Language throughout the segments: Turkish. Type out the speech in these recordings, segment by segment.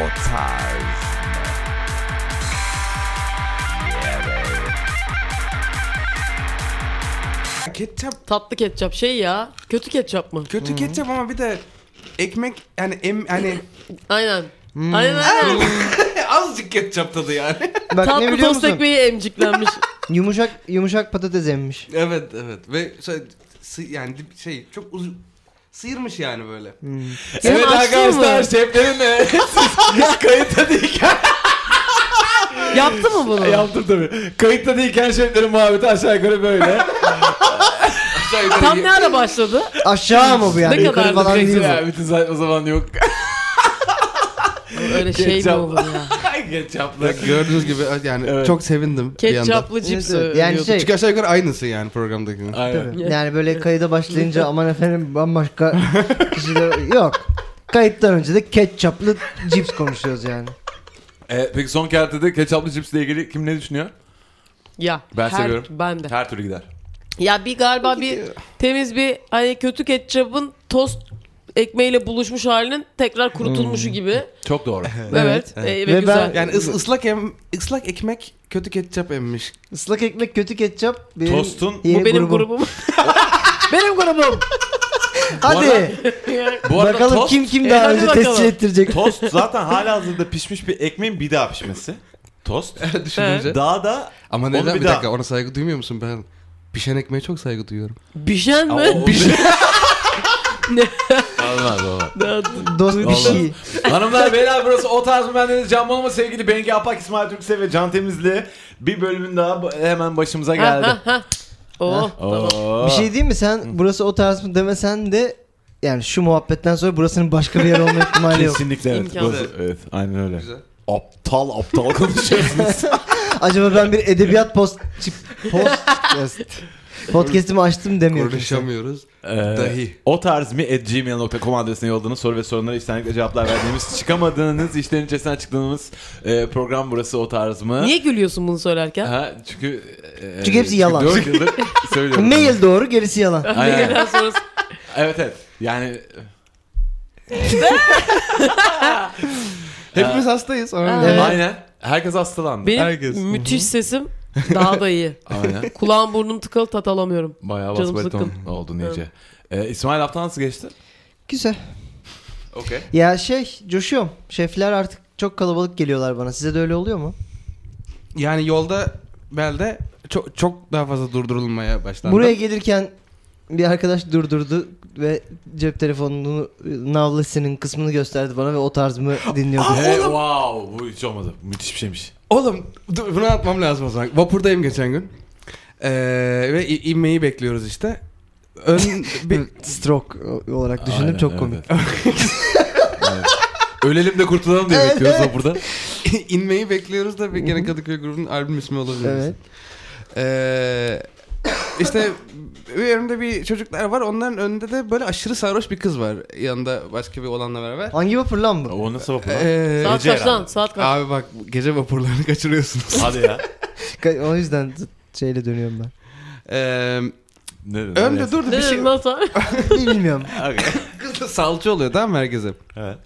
O tarz Ketçap Tatlı ketçap şey ya. Kötü ketçap mı? kötü ketçap ama bir de ekmek yani em, hani Aynen. Hmm. Aynen aynen. E, azıcık ketçap tadı yani. Bak ne Tatlı biliyor tost musun? ekmeği emciklenmiş. Yumuşak yumuşak patates emmiş. evet evet ve şey- sı- yani dip- şey çok uzun sıyırmış yani böyle. Senin Evet açtın arkadaşlar, mı? şeflerimle siz kayıtta değilken Yaptı mı bunu? yaptım tabii. Kayıtta değilken şeflerin muhabbeti aşağı yukarı böyle. Aşağı yukarı Tam ye- ne ara başladı? Aşağı mı bu yani? Ne Yukarı kadardı falan değil Neyse bu. ya bütün saçma zaman yok. Öyle şey mi Ketçap. olur ya? Ketçaplı. Bak Gördüğünüz gibi yani Evet. çok sevindim bir yandan. Ketçaplı cips Evet, evet. Yani yani şey Çünkü aşağı yukarı aynısı yani programdakinin. Aynen. Tabii. Yani böyle kayıda başlayınca aman efendim bambaşka kişiler yok. Kayıttan önce de ketçaplı cips konuşuyoruz yani. E, peki son kertede ketçaplı cipsle ilgili kim ne düşünüyor? Ya Ben her- seviyorum. Ben de. Her türlü gider. Ya bir galiba bir temiz bir hani kötü ketçapın tost ekmeğiyle buluşmuş halinin tekrar kurutulmuşu gibi. Çok doğru. Evet. e, ve, Hmm. Ve ben- güzel. Yani ıs, ıslak em, ıslak ekmek kötü ketçap emmiş. Islak ekmek kötü ketçap. Benim Tostun- yeni Bu benim grubum. benim grubum. Hadi Bu arada bakalım tost, kim kim E, daha hadi önce bakalım. tescil ettirecek. Tost zaten hala hazırda pişmiş bir ekmeğin bir daha pişmesi. Tost. Düşününce. Daha da Ama Onu neden bir bir daha- dakika ona saygı duymuyor musun ben? Pişen ekmeğe çok saygı duyuyorum. Bişen Ama şey mi? o- şey. şey. Olmaz olmaz. Dost bir şey. Hanımlar beyler burası o tarz mı bendeniz Can Bonomo sevgili Bengi Apak, İsmail Türkse ve Can Temizli bir bölümün daha bu- hemen başımıza geldi. Oo. Bir şey değil mi sen burası o tarz mı demesen de yani şu muhabbetten sonra burasının başka bir yer olma ihtimali yok. Kesinlikle evet. İmkansız. Burası- evet aynen öyle. Güzel. Aptal aptal konuşuyorsunuz. Acaba ben bir edebiyat post çip- podcast podcast'imi açtım demiyor. kimse. Konuşamıyoruz. Ee, Dahi. O tarz mi at gmail.com adresine yolladığınız soru ve sorunlara içtenlikle cevaplar verdiğimiz çıkamadığınız işlerin içerisine açıkladığımız e, program burası o tarz mı? Niye gülüyorsun bunu söylerken? Ha, çünkü e, Çünkü hepsi yalan. 4 yıldır söylüyorum. Mail doğru gerisi yalan. Aynen. Neden sonrası? Evet evet. Yani Hepimiz hastayız. Ama Evet. Aynen. herkes hastalandı. Benim Herkes. müthiş sesim daha da iyi. Aynen. Kulağım burnum tıkalı tat alamıyorum. Bayağı Canım basbaliton sıkkın. oldun iyice. E, İsmail hafta nasıl geçti? Güzel. Okey. Ya şey coşuyorum. Şefler artık çok kalabalık geliyorlar bana. Size de öyle oluyor mu? Yani yolda belde çok çok daha fazla durdurulmaya başlandı. Buraya gelirken bir arkadaş durdurdu ve cep telefonunu navlasının kısmını gösterdi bana ve o tarz mı dinliyordu. Hey, wow bu hiç olmadı. Müthiş bir şeymiş. Oğlum dur, bunu atmam lazım o zaman. Vapurdayım geçen gün. Ee, ve i- inmeyi bekliyoruz işte. Ön bir- Stroke olarak düşündüm Aynen, çok evet, komik. evet. Ölelim de kurtulalım diye bekliyoruz da burada. inmeyi bekliyoruz da bir gene Kadıköy grubunun albüm ismi olabilir. Evet. Ee, işte bir önümde bir çocuklar var. Onların önünde de böyle aşırı sarhoş bir kız var. Yanında başka bir olanla beraber. Hangi vapur lan bu? O nasıl vapur lan? Ee, Saat Gece kaç lan? herhalde. Saat kaç? abi bak gece vapurlarını kaçırıyorsunuz. Hadi ya. Ka- O yüzden şeyle dönüyorum ben. Ee, Ne dedin? önde durdu Ne bir şey. dedin lan sen? Bilmiyorum. Kız da salça oluyor tamam mı herkese? Evet.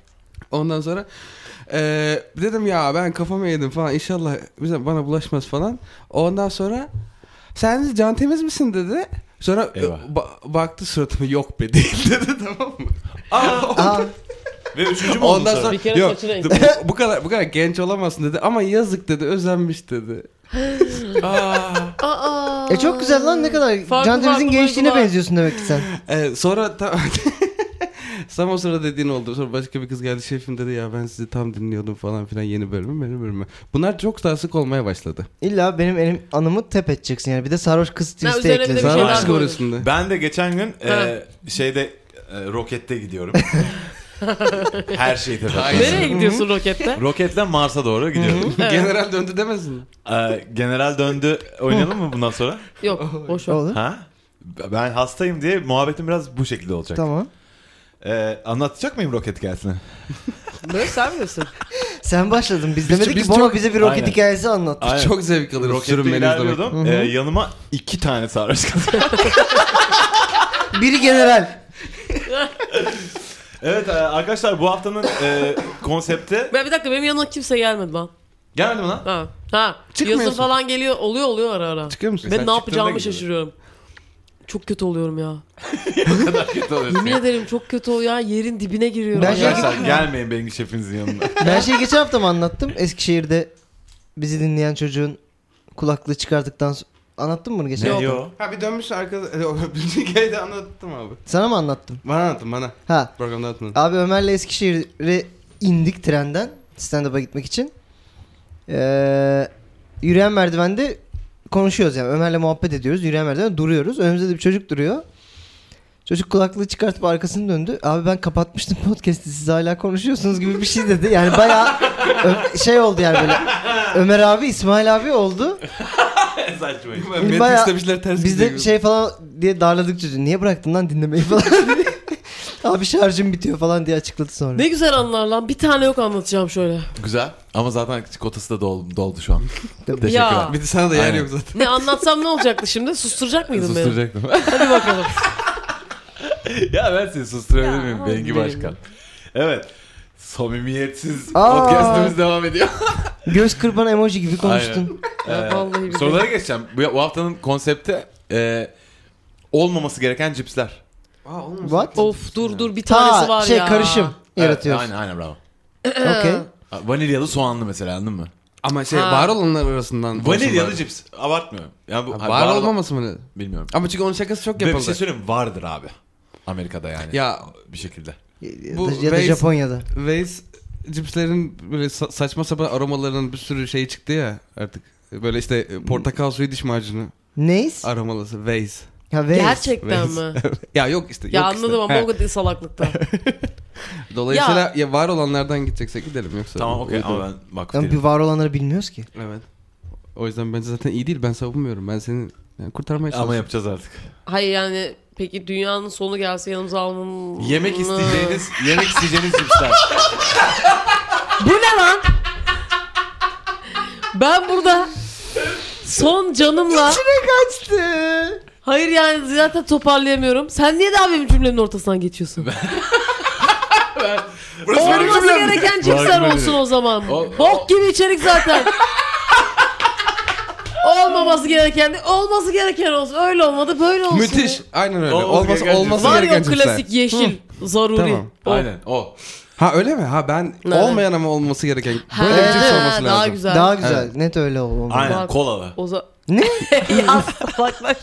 Ondan sonra eee, dedim ya ben kafamı yedim falan inşallah bize bana bulaşmaz falan. Ondan sonra sen can temiz misin dedi. Sonra e, Eyvah. ba- baktı suratıma yok be değil dedi tamam mı? Aa, Ve üçüncü mü oldu Ondan sonra Bir kere yok saçını bu, bu kadar bu kadar genç olamazsın dedi ama yazık dedi özenmiş dedi. Aa. e çok güzel lan ne kadar. Farklı Can Temiz'in farklı gençliğine duygular. benziyorsun demek ki sen. Ee, sonra tam Tam o sırada dediğin oldu. Sonra başka bir kız geldi şefim dedi ya ben sizi tam dinliyordum falan filan yeni bölümü yeni bölümü. Bunlar çok daha sık olmaya başladı. İlla benim elim anımı tep edeceksin yani. Bir de sarhoş kız twist'e üzerine bir de ekledin. bir şey Sarhoş daha kız koydum. orasında. Ben de geçen gün Ha. e, şeyde e, rokette gidiyorum. Her şeyi tepe. Nereye gidiyorsun rokette? Roketle Mars'a doğru gidiyorum. General döndü demesin. E, general döndü. Oynayalım mı bundan sonra? Yok boş ver. Olur. Ha? Ben hastayım diye muhabbetim biraz bu şekilde olacak. Tamam. E, anlatacak mıyım roket gelsin? Böyle sen bilirsin. Sen başladın. Biz demedik biz ki Bono çok- bize bir roket Aynen. hikayesi anlat. Çok zevk alırız Rokette sürünmeniz demek. ilerliyordum. E, yanıma iki tane sarhoş kız. Biri general. Evet e, arkadaşlar bu haftanın e, konsepti... Ben bir dakika benim yanıma kimse gelmedi lan. Gelmedi mi lan? Ha. Ha. Yazın Çıkmıyorsun. falan geliyor oluyor oluyor ara ara. Çıkıyor musun? Ben ne yapacağımı gidiyorsun. şaşırıyorum. Çok kötü oluyorum ya. Kötü oluyorsun. Yemin ederim çok kötü oluyor ya. Yerin dibine giriyorum. Ben ya. şey- Arkadaşlar gelmeyin benim şefinizin yanına. Ben şey geçen hafta mı anlattım? Eskişehir'de bizi dinleyen çocuğun kulaklığı çıkardıktan sonra... Anlattın mı bunu geçen? hafta? Yok. Ha bir dönmüş arkada. Bir hikayeyi de anlattım abi. Sana mı anlattım? Bana anlattın bana. Ha. Programda anlatmadın. Abi Ömer'le Eskişehir'e indik trenden. Stand-up'a gitmek için. Ee, yürüyen merdivende konuşuyoruz yani. Ömer'le muhabbet ediyoruz. Yürüyen merdivende duruyoruz. Önümüzde de bir çocuk duruyor. Çocuk kulaklığı çıkartıp arkasını döndü. Abi ben kapatmıştım podcast'i siz hala konuşuyorsunuz gibi bir şey dedi. Yani bayağı ö- şey oldu yani böyle. Ömer abi İsmail abi oldu. Saçmayın. Matrix'te bayağı- bir şeyler ters Biz de gidiyor. şey falan diye darladık çocuğu. Niye bıraktın lan dinlemeyi falan dedi. Abi şarjım bitiyor falan diye açıkladı sonra. Ne güzel anlar lan. Bir tane yok anlatacağım şöyle. Güzel. Ama zaten kotası da dol- doldu şu an. Teşekkürler. Ya. Bir de sana da yer Aynen. yok zaten. Ne anlatsam ne olacaktı şimdi? Susturacak mıydın beni? Susturacaktım. Hadi bakalım. ya ben seni susturabilir Ya, miyim? hadi Bengi benim. Başkan. Evet. Samimiyetsiz Aa. podcastımız devam ediyor. Göz kırpan emoji gibi konuştun. Ee, Ya vallahi billahi. Sorulara geçeceğim. Bu, bu haftanın konsepti e, olmaması gereken cipsler. Aa olmaz. What? Of dur dur bir tanesi Ha var şey ya. Ee. karışım yaratıyorsun. Evet, aynen aynen bravo. Okey. Vanilyalı soğanlı mesela anladın mı? Ama şey Ha. var olanlar arasından. Vanilyalı olsun cips. Abartmıyorum. Yani bu, bari. hani Ha, Var olan- olmaması mı? ne? Bilmiyorum. Ama çünkü onun şakası çok Ve bir yapıldı. şey söyleyeyim vardır abi. Amerika'da yani. Ya Bir şekilde. Ya, Bu da- ya da Waze- Japonya'da. Waze cipslerin böyle sa- saçma sapan aromalarının bir sürü şeyi çıktı ya artık. Böyle işte e, portakal suyu diş macunu Neyiz? aromalısı Waze. Ha Waze. Gerçekten Waze. mi? Ya yok işte. Ya yok anladım işte. ama He. o kadar salaklıkta. Dolayısıyla ya. var olanlardan gideceksek gidelim yoksa. Tamam okey Uydu. ama ben vakıf Ama değilim. bir var olanları bilmiyoruz ki. Evet. O yüzden bence zaten iyi değil. Ben savunmuyorum. Ben seni yani kurtarmaya Ama çalışıyorum. yapacağız artık. Hayır yani peki dünyanın sonu gelse yanımıza almam... Yemek isteyeceğiniz, yemek isteyeceğiniz cipsler. Bu ne lan? Ben burada son canımla... kaçtı. Hayır yani zaten toparlayamıyorum. Sen niye daha benim cümlemin ortasından geçiyorsun? Olması gereken cipsler olsun o zaman. O- Bok gibi içerik zaten. Olmaması gereken de- olması gereken olsun. Öyle olmadı böyle olsun. Müthiş. Aynen öyle. Olması Olması gereken olması cipsler. Var ya gereken o cipsler. klasik yeşil zaruri. Tamam. O. Aynen o. Ha öyle mi? Ha ben Evet. olmayan ama olması gereken Ha, böyle bir cips olması lazım. Daha güzel. Daha güzel. Net öyle olmalı. Aynen Bak. kolalı. O za- Ne? ya salaklar.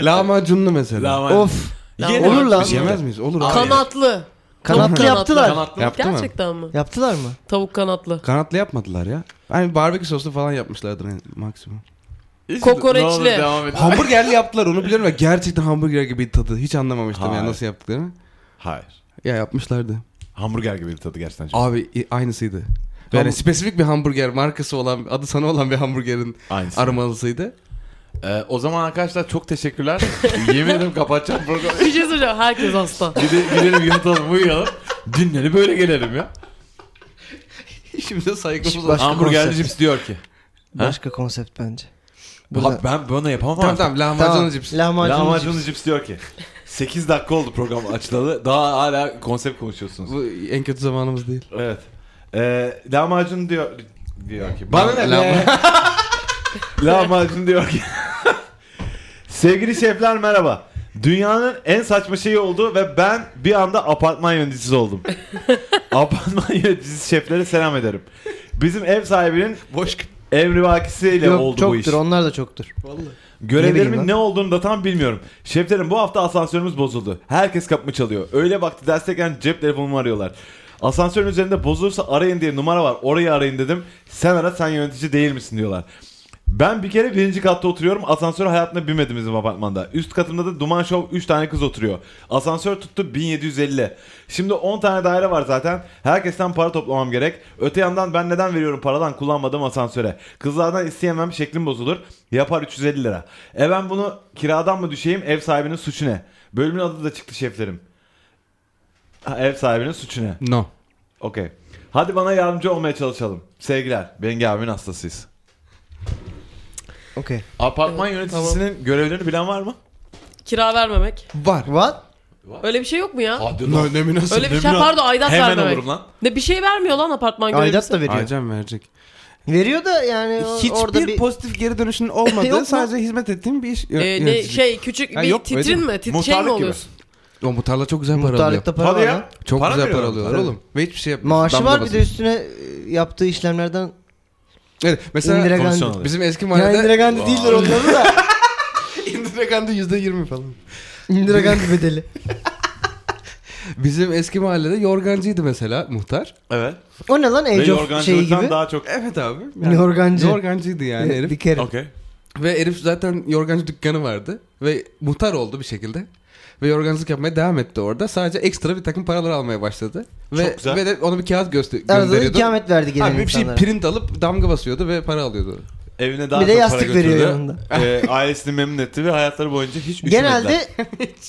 Lahmacunlu mesela. Lahmacun. Of. Yenir. Olur lan. Bir şey Yemez yemez mi? miyiz? Olur. Aa, abi. Kanatlı. Kanatlı Kanatlı. yaptılar. Kanatlı. Yaptı mı? Gerçekten mi? Yaptılar mı? Tavuk kanatlı. Kanatlı yapmadılar ya. Hani barbekü soslu falan yapmışlardır en- maksimum. Hiç- Kokoreçli. Ne olur devam et. Hamburgerli yaptılar onu biliyorum ya. Gerçekten hamburger gibi tadı. Hiç anlamamıştım ya Hayır. nasıl yaptıklarını. Hayır. Ya yapmışlardı. Hamburger gibi bir tadı gerçekten. çok. Abi i- aynısıydı. Yani Tamam. spesifik bir hamburger markası olan, adı sana olan bir hamburgerin Aynısı. aromalısıydı. Ee, o zaman arkadaşlar çok teşekkürler. Yemin ederim kapatacağım programı. Bir şey söyleyeceğim. Herkes hasta. Gide- Gidelim yatalım uyuyalım. Dinlenip böyle gelelim ya. Şimdi saygımız Başka Hamburgerci konsept. cips diyor ki. Başka konsept bence. Abi ben bunu yapamam. Tamam artık. tamam lahmacunlu Tamam. cips. Lahmacunlu cips. Lahmacunlu cips diyor ki. 8 dakika oldu program açılalı. Daha hala konsept konuşuyorsunuz. Bu en kötü zamanımız değil. Evet. Ee, lahmacun diyor diyor ki. Bana ne be? lahmacun diyor ki. Sevgili şefler merhaba. Dünyanın en saçma şeyi oldu ve ben bir anda apartman yöneticisi oldum. apartman yöneticisi şeflere selam ederim. Bizim ev sahibinin Boş emri vakisiyle Yok oldu bu iş. çoktur onlar da çoktur. Ne bileyim Görevlerimin lan. ne olduğunu da tam bilmiyorum. Şeflerim bu hafta asansörümüz bozuldu. Herkes kapımı çalıyor. Öğle vakti dersteyken cep telefonumu arıyorlar. Asansörün üzerinde bozulursa arayın diye numara var. Orayı arayın dedim. Sen ara sen yönetici değil misin diyorlar. Ben bir kere birinci katta oturuyorum. Asansöre hayatımda binmedim bizim apartmanda. Üst katımda da Duman Show 3 tane kız oturuyor. Asansör tuttu 1750. Şimdi 10 tane daire var zaten. Herkesten para toplamam gerek. Öte yandan ben neden veriyorum paradan kullanmadığım asansöre? Kızlardan isteyemem şeklim bozulur. Yapar 350 lira. E ben bunu kiradan mı düşeyim ev sahibinin suçu ne? Bölümün adı da çıktı şeflerim. Ha, ev sahibinin suçu ne? No. Okey. Hadi bana yardımcı olmaya çalışalım. Sevgiler. Bengi abimin hastasıyız. Okey. Apartman yöneticisinin görevlerini bilen var mı? Kira vermemek. Var. What? Öyle bir şey yok mu ya? Hadi lan. Ne, ne münasebet. Öyle bir şey Demir- pardon aidat Hemen vermemek. olurum lan. Ne bir şey vermiyor lan apartman Aidat görevlisi. da veriyor. Aycan verecek. Veriyor da yani o- orada Hiçbir bir... pozitif geri dönüşünün Yok mu? olmadığı sadece hizmet ettiğim bir iş Ee, ne şey küçük Ha, bir yok, öyle titrin değil mi? Tit şey Muhtarlık mi gibi. oluyorsun? O muhtarla çok güzel para alıyor. Muhtarlıkta para Hadi var ya. lan. Çok Para güzel para veriyorlar. alıyorlar oğlum. Ve hiçbir şey yapmıyor. Maaşı Damla var bir de basıyor. üstüne e, yaptığı işlemlerden Evet, mesela Indira Gandhi. Komisyon alıyor. bizim eski Ya Indira mahallede Gandhi değildir onları da. Indira Gandhi %20 falan. Indira Gandhi bedeli. Bizim eski mahallede yorgancıydı mesela muhtar. Evet. O ne lan Ve Age of şeyi gibi? yorgancılıktan daha çok. Evet abi. Yorgancı. Ee, Yorgancıydı yani herif. Dikerim. Okey. Ve herif zaten yorgancı dükkanı vardı. Ve muhtar oldu bir şekilde. Ve yorgancılık yapmaya devam etti orada. Sadece ekstra bir takım paralar almaya başladı. Ve, Çok güzel. ve de ona bir kağıt göster Arada da gönderiyordu. ikamet verdi gelen Abi bir şey insanlara. print alıp damga basıyordu ve para alıyordu. Evine daha Bir de çok yastık para veriyor götürdü. yanında. Ee, ailesini memnun etti ve hayatları boyunca hiç üşümediler. Genelde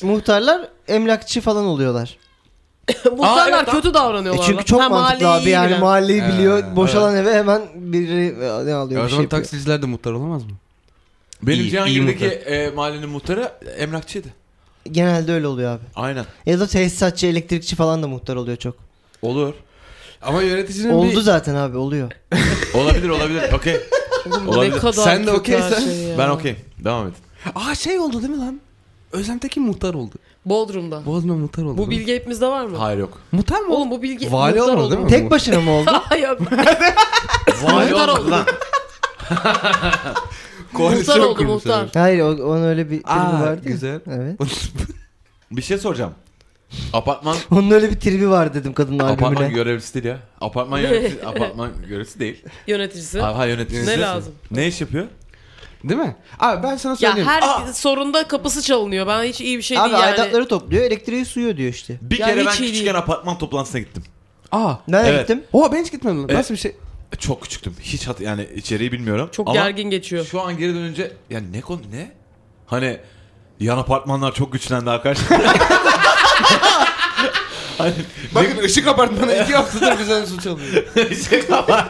muhtarlar emlakçı falan oluyorlar. Muhtarlar evet lan. kötü E davranıyorlar. çünkü lan. çok Ha, mantıklı mahalleyi abi iyi yani bilen. mahalleyi Ee, biliyor. Boşalan eve hemen biri e, ne Ya alıyor o bir şey zaman yapıyor. taksiciler de muhtar olamaz mı? Benim İyi, Cihangir'deki iyi e, mahallenin muhtarı emlakçıydı. Genelde öyle oluyor abi. Aynen. Ya da tesisatçı, elektrikçi falan da muhtar oluyor çok. Olur. Ama yöneticinin bir... Oldu zaten abi oluyor. Olabilir olabilir. Okey. Ne Olabilir. kadar Sen de kötü okeysen. her şey ya. Ben okeyim. Devam edin. Aa şey oldu değil mi lan? Özlem Tekin muhtar oldu. Bodrum'da. Boğazma muhtar oldu. Bu bilgi hepimizde var mı? Hayır yok. Muhtar mı? Oğlum bu bilgi Vali muhtar olmadı oldu değil mu? mi? Tek başına mı oldu? Yok. Vali Muhtar oldu oldu. lan. muhtar oldu muhtar. Hayır o- onun öyle bir tribi Aa vardı. ya. güzel. Evet. Bir şey soracağım. Apartman Onun öyle bir tribi var dedim kadının apartman albümüne. görevlisi değil ya. Apartman yöneticisi, apartman görevlisi değil. Yöneticisi. Ha, ha, yöneticisi. Ne lazım? Ne iş yapıyor? Değil mi? Abi ben sana Ya söyleyeyim. her sorunda kapısı çalınıyor. Ben hiç iyi bir şey Abi değil yani. aidatları topluyor, elektriği suyu diyor işte. Bir Ya kere hiç ben iyi değil. küçükken apartman toplantısına gittim. Aa. Nereye Evet. gittim? Oha ben hiç gitmedim lan. Nasıl bir şey? Çok küçüktüm. Hiç hat yani içeriği bilmiyorum. Çok Ama gergin geçiyor. Şu an geri dönünce ya ne konu ne? Hani yan apartmanlar çok güçlendi arkadaşlar. hani Bakın ışık apartmanı iki haftadır bize su çalıyor. bir şey var.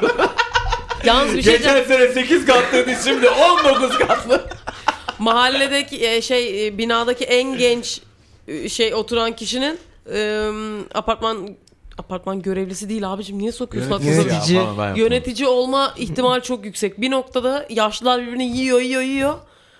Yalnız bir şey Geçen sene 8 katlıydı şimdi 19 katlı. mahalledeki e, şey e, binadaki en genç e, şey oturan kişinin e, apartman apartman görevlisi değil abicim niye sokuyorsun aklınıza? Yönetici. Ya, falan ben yapamam. Yönetici olma ihtimal çok yüksek. Bir noktada yaşlılar birbirini yiyor yiyor yiyor.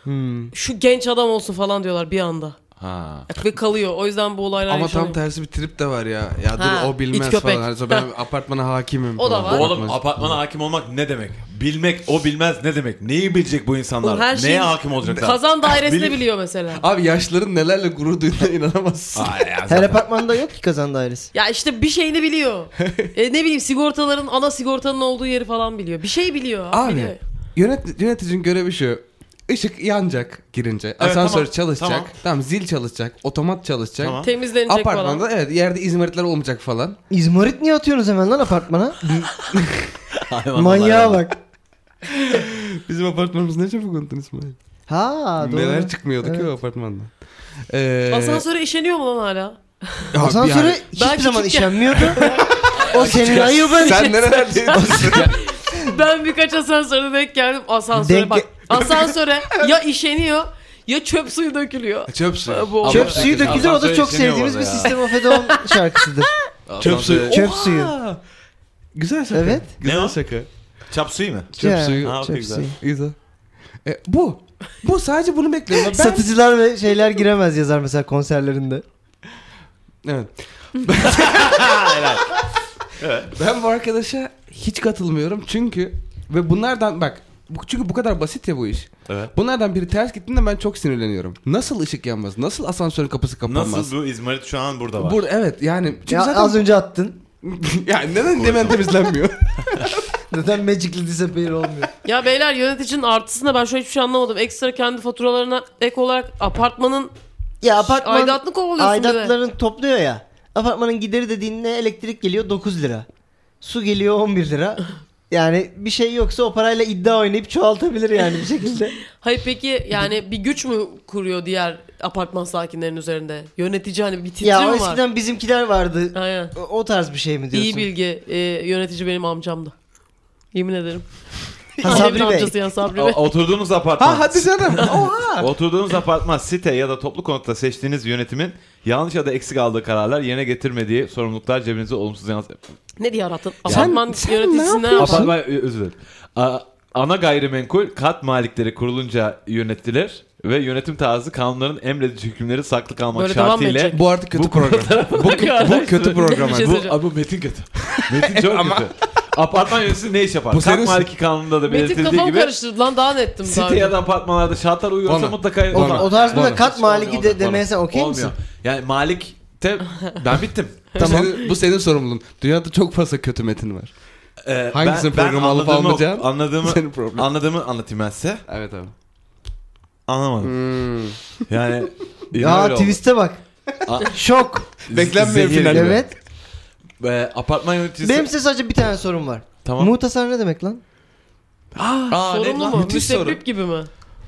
Hmm. Şu genç adam olsun falan diyorlar bir anda. Ha. Ve kalıyor. O yüzden bu olaylar Ama tam yaşanıyor. tersi bir trip de var ya. Ya dur Ha, o bilmez iç köpek. falan. Hani ben apartmana hakimim. O da falan. var. Oğlum apartmana hakim olmak ne demek? Bilmek o bilmez ne demek? Neyi bilecek bu insanlar? Oğlum, her Neye şeyin- hakim olacaklar? Kazan dairesini Bil- biliyor mesela. Abi yaşların nelerle gurur duyduğuna inanamazsın. Ay, ya Her zaten. apartmanda yok ki kazan dairesi. Ya işte bir şeyini biliyor. e, ne bileyim sigortaların ana sigortanın olduğu yeri falan biliyor. Bir şey biliyor. Abi. biliyor. Yönet, yöneticinin görevi şu. Işık yanacak girince. asansör tamam, çalışacak. tamam. Tamam. zil çalışacak. Otomat çalışacak. Tamam. Temizlenecek Apartmanda falan. evet yerde izmaritler olmayacak falan. İzmarit niye atıyorsunuz hemen lan apartmana? Hayvanlar Manyağa hayvan. bak. Bizim apartmanımız ne çabuk unuttun İsmail. Ha doğru. Neler çıkmıyordu ki Evet. o apartmandan. Ee, Asansöre işeniyor mu lan hala? abi Asansöre yani- hiçbir Belki zaman küçük- işenmiyordu. o senin ayıbın. Sen nerelerdeydin? Ben birkaç asansöre denk geldim. Asansöre Denk- bak. Asansöre ya işeniyor ya çöp suyu dökülüyor. Çöp suyu. Bu- Çöp suyu Asansöre dökülür o da çok işeniyor sevdiğimiz orada bir ya. System of a Down şarkısıdır. Çöp suyu. Çöp suyu. Güzel şaka. Evet. Ne Güzel o? şaka. Çap suyu mu? Çöp Ya, suyu. Ha, okey, Çöp güzel. suyu. Güzel. E, bu. Bu sadece bunu bekliyorum. Ben... Satıcılar ve şeyler giremez yazar mesela konserlerinde. Evet. ben bu arkadaşa hiç katılmıyorum çünkü ve bunlardan bak bu- çünkü bu kadar basit ya bu iş. Evet. Bunlardan biri ters gittiğinde ben çok sinirleniyorum. Nasıl ışık yanmaz? Nasıl asansörün kapısı kapanmaz? Nasıl bu İzmarit şu an burada var? Burada evet yani çünkü Ya, zaten Az önce attın. ya neden demen temizlenmiyor? Neden Magic'li disappear olmuyor? Ya beyler yöneticinin artısına ben şu an hiçbir şey anlamadım. Ekstra kendi faturalarına ek olarak apartmanın ya apartman, apartman aidatını kovalıyorsun bir de. aidatlarını topluyor ya. Apartmanın gideri dediğinde elektrik geliyor 9 lira. Su geliyor 11 lira. Yani bir şey yoksa o parayla iddia oynayıp çoğaltabilir yani bir şekilde. Hayır peki yani bir güç mü kuruyor diğer apartman sakinlerinin üzerinde? Yönetici hani bir titri ya o mi var? eskiden bizimkiler vardı. Aynen. O- O tarz bir şey mi diyorsun? İyi bilgi. Ee, yönetici benim amcamdı. Yemin ederim. Ha, Sabri Annemin Bey. amcası ya Sabri Bey. O- Oturduğunuz apartman. Ha hadi canım. Oha. Oturduğunuz apartman, site ya da toplu konutta seçtiğiniz yönetimin yanlış ya da eksik aldığı kararlar yerine getirmediği sorumluluklar cebinize olumsuz yansıtıyor. Ne diye arattın? Sen- Apartman sen ne yöneticisinden yapıyorsun? yapar. Apartman ö- özür dilerim. A- Ana gayrimenkul kat malikleri kurulunca yönetilir ve yönetim tarzı kanunların emredici hükümleri saklı kalmak Böyle devam mı şartıyla. edecek? Bu artık kötü Bu- program. bu, bu kötü program. Bir şey bu, söyleyeceğim. Abi bu metin kötü. Metin çok kötü. Apartman yöneticisi ne iş yapar? Bu kat senin- maliki kanununda da Metin belirtildiği kafamı gibi karıştırdı lan daha nettim. daha site ya da apartmalarda şartlar uyuyorsa Bana. mutlaka O, Olmaz. o tarzda Bana. da kat maliki Olmuyor, de demeye sen okey olmuyor. misin? Yani malik de ben bittim. tamam. bu senin sorumluluğun. Dünyada çok fazla kötü metin var. Ee, Hangisini programı alıp anladığımı- almayacağım? Anladığımı, Senin problemin. anladığımı anlatayım ben size. Evet abi. Anlamadım. Hmm. Yani Ya twist'e bak. A- Şok. Beklenmeyen final. gibi. Evet. Ee, apartman yöneticisi... Benim size sadece bir tane sorum var. Tamam. Muhtasar ne demek lan? Aa, ne Sorumlu lan? mu? Müthiş soru. Müsebbip gibi mi?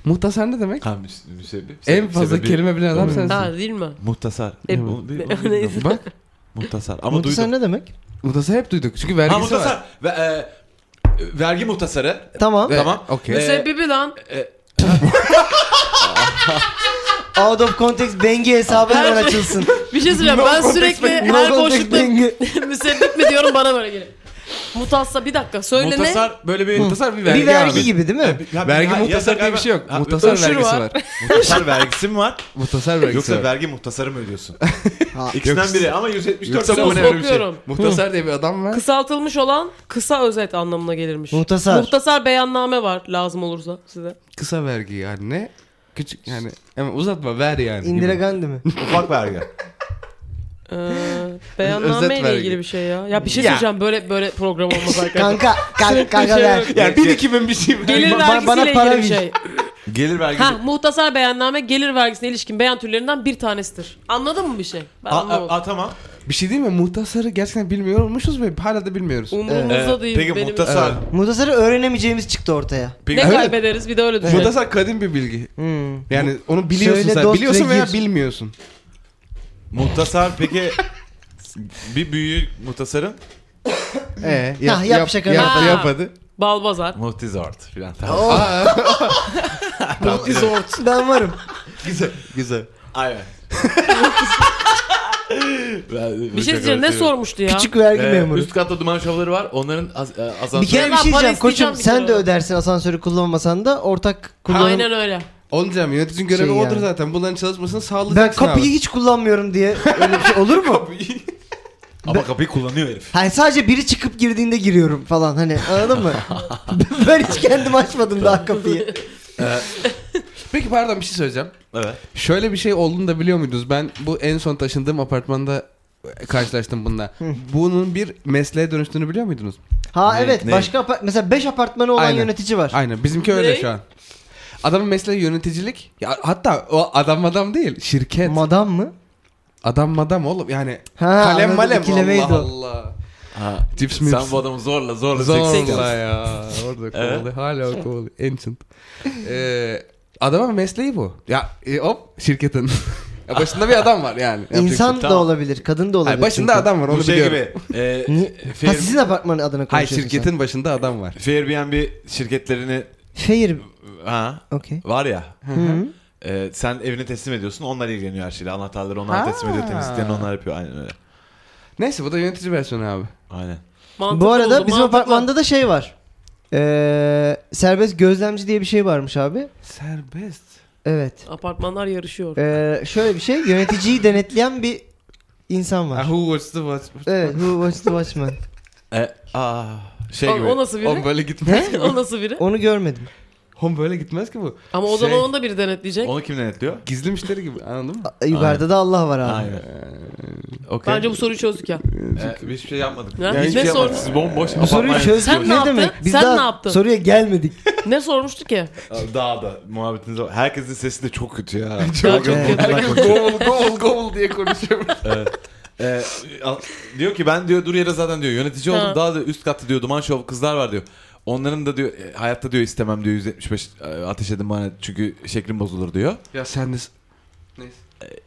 Muhtasar ne demek? Ha, müs- müsebbip. en Se- fazla sebebi- kelime bilen adam Evet. sensin. Ha değil mi? Muhtasar. E, Onu bir- onu bilmiyorum. Neyse. Bak muhtasar. Ama Muhtasar duydum. ne demek? muhtasar hep duyduk. Çünkü Ha vergisi var. muhtasar. Ve, e, vergi muhtasarı. Tamam. Ve- Tamam. E, Okey. Müsebbibi lan. Out of context bengi hesabı hemen Her- açılsın. Bir şey söyleyeyim. ben sürekli No her context boşlukta bengi. müsebbip mi diyorum bana böyle geliyor. Mutassa bir dakika söyle ne? Muhtasar böyle bir... Muhtasar bir vergi, Bir vergi abi. gibi değil mi? Ya, Vergi ya- muhtasar ya- diye bir şey yok. Ha, muhtasar öşür vergisi var. var. Muhtasar vergisi mi var? Muhtasar vergisi Yoksa var. vergi muhtasarı mı ödüyorsun? Ha. İkisinden biri ama 174 Yoksa lira bu bu ne ne? öyle bir şey. Okuyorum. Muhtasar diye bir adam var. Kısaltılmış olan kısa özet anlamına gelirmiş. Muhtasar. Muhtasar beyanname var lazım olursa size. Kısa vergi yani ne? Küçük yani. Ama uzatma ver yani. gibi. Indira Gandhi mi? Ufak vergi. Ee, Özet beyanname ile vergi. ilgili bir şey ya. Ya bir şey Ya. söyleyeceğim böyle böyle program olmaz arkadaşlar. kanka, kanka, kanka ver. Yani birikimin bir şey. Gelir Ba- vergisiyle bana para ilgili bir ver. şey. Gelir vergisi. Ha muhtasar beyanname gelir vergisine ilişkin beyan türlerinden bir tanesidir. Anladın mı bir şey? Ben A, anlamadım. a, a, tamam. Bir şey değil mi? Muhtasarı gerçekten bilmiyormuşuz ve hala da bilmiyoruz. Umurumuzda Ee, değil peki benim. muhtasar. Muhtasar'ı öğrenemeyeceğimiz çıktı ortaya. Peki, Ne Evet. kaybederiz bir de öyle düşün. Muhtasar kadim bir bilgi. Hmm. Yani onu biliyorsun Söyle sen. dost Biliyorsun ve veya gir. bilmiyorsun. muhtasar peki bir büyüğü muhtasarın Ee, yap şakanı. Yap, Ha. yap hadi. Balbazar. muhtizort filan. Muhtizort. Ben varım. Güzel. Güzel. Aynen. Bir şey diyeceğim ne sormuştu ya? Küçük vergi Ee, memuru. üst katta duman şovları var. Onların az, e, asansör- Bir kere bir Ben şey para diyeceğim koçum isteyeceğim bir sen kere. de ödersin asansörü kullanmasan da ortak kullanım. Aynen öyle. Olacağım yöneticinin görevi Şey odur yani. zaten. Bunların çalışmasını Ben sağlayacaksın kapıyı abi. hiç kullanmıyorum diye öyle bir şey olur mu? Ama kapıyı kullanıyor herif. Hani sadece biri çıkıp girdiğinde giriyorum falan hani anladın mı? ben hiç kendim açmadım daha kapıyı. Peki pardon bir şey söyleyeceğim. Evet. Şöyle bir şey olduğunu da biliyor muydunuz? Ben bu en son taşındığım apartmanda karşılaştım bununla. Bunun bir mesleğe dönüştüğünü biliyor muydunuz? Ha Ne- evet ne? başka apart mesela 5 apartmanı olan Aynen. yönetici var. Aynen bizimki öyle Ne? şu an. Adamın mesleği yöneticilik. Ya hatta o adam adam değil, şirket. Madam mı? adam madam oğlum yani. Ha, kalem anladım, malem ikilemeydi Allah o. Allah. Ha, Cips mips. sen bu adamı zorla zorla, seksek- Zorla ya. Orada kovalıyor. Evet. Hala o kovalıyor. Ancient. Ee, adamın mesleği bu. Ya e, hop şirketin. Ya başında bir adam var yani. Yapacak bir şey İnsan yok. da Tamam. olabilir, kadın da olabilir. Hayır, başında çünkü. adam var onu Bu şey biliyorum. gibi. E, Niye? Ha Fair, sizin apartmanın adına Hayır konuşuyorsun şirketin başında adam var. Airbnb şirketlerini sen. Fair. ha Okey. var ya. Hı. e, sen evini teslim ediyorsun. Onlar ilgileniyor her şeyle. Anahtarları onlar Ha. teslim ediyor. Temizliklerini onlar yapıyor. Aynen öyle. Neyse bu da yönetici versiyonu abi. Aynen. Mantıklı Bu arada oldu, bizim mantıklı. apartmanda da şey var. Ee, serbest gözlemci diye bir şey varmış abi. Serbest. Evet. Apartmanlar yarışıyor. Ee, şöyle bir şey yöneticiyi denetleyen bir insan var. Ah, Who watched the watch? Evet, who was the watchman? E, aa, şey o, gibi. o nasıl Oğlum biri? böyle gitmez ki o bu. nasıl biri? Onu görmedim. Oğlum böyle gitmez ki bu. Ama o zaman Şey- onu da biri denetleyecek. Onu kim denetliyor? Gizli müşteri gibi anladın mı? A- Yukarıda da Allah var abi. Aynen. Okey. Bence bu soruyu çözdük ya. Ee, biz hiçbir şey yapmadık. Ne? hiçbir Ne şey yapmadık. sordun? Siz bomboş Bu soruyu çözdük Sen ne ne yaptın? demek? Biz Sen daha ne yaptın? soruya gelmeldik. Ne sormuştu ki? Daha da muhabbetiniz var. Herkesin sesi de çok kötü ya. Çok Evet. Gol gol gol diye konuşuyor. Ee, al- diyor ki ben diyor dur yere zaten diyor yönetici oldum Ha. daha da üst katta diyor duman şov kızlar var diyor. Onların da diyor e, hayatta diyor istemem diyor 175 e, ateş edin bana çünkü şeklim bozulur diyor. ya sen de... Neyse.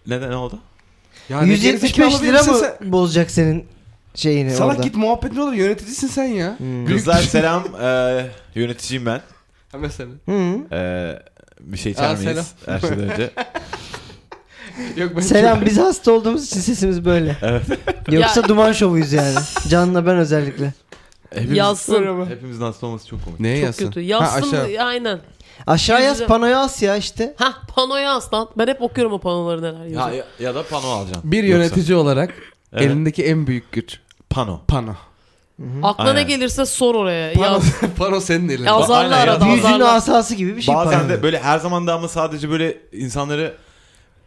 Neden ne oldu? Ya ne gerizekalı 175 lira birisin mı sen? bozacak senin şeyini Salak orada. git muhabbetin olur yöneticisin sen ya. Hmm. Kızlar selam. Ee, yöneticiyim ben. Ha mesela. Hı. Ee, bir şey içer Aa, miyiz? Her şeyden önce. Yok ben Selam biz hasta olduğumuz için sesimiz böyle. Yoksa duman şovuyuz yani. Can'la ben özellikle. Hepimiz, Yazsın. Hepimizin hasta olması çok komik. Neye Çok yazsın? kötü. Ha, Yazsın aşağı. aynen. Aşağı yaz Güzel. panoya as ya işte. Hah panoya aslan. Ben hep okuyorum o panoları neler yazıyor. Ya, ya, ya da pano alacaksın. Bir yönetici olarak Evet. elindeki en büyük güç. Pano. Pano. Aklına Aynen. gelirse sor oraya. Pano, Yaz. pano senin elinde. Ya, azarla Aynen, ya arada da- Yüzünün azarla. asası gibi bir şey Bazen pano. de böyle her zaman da ama sadece böyle insanları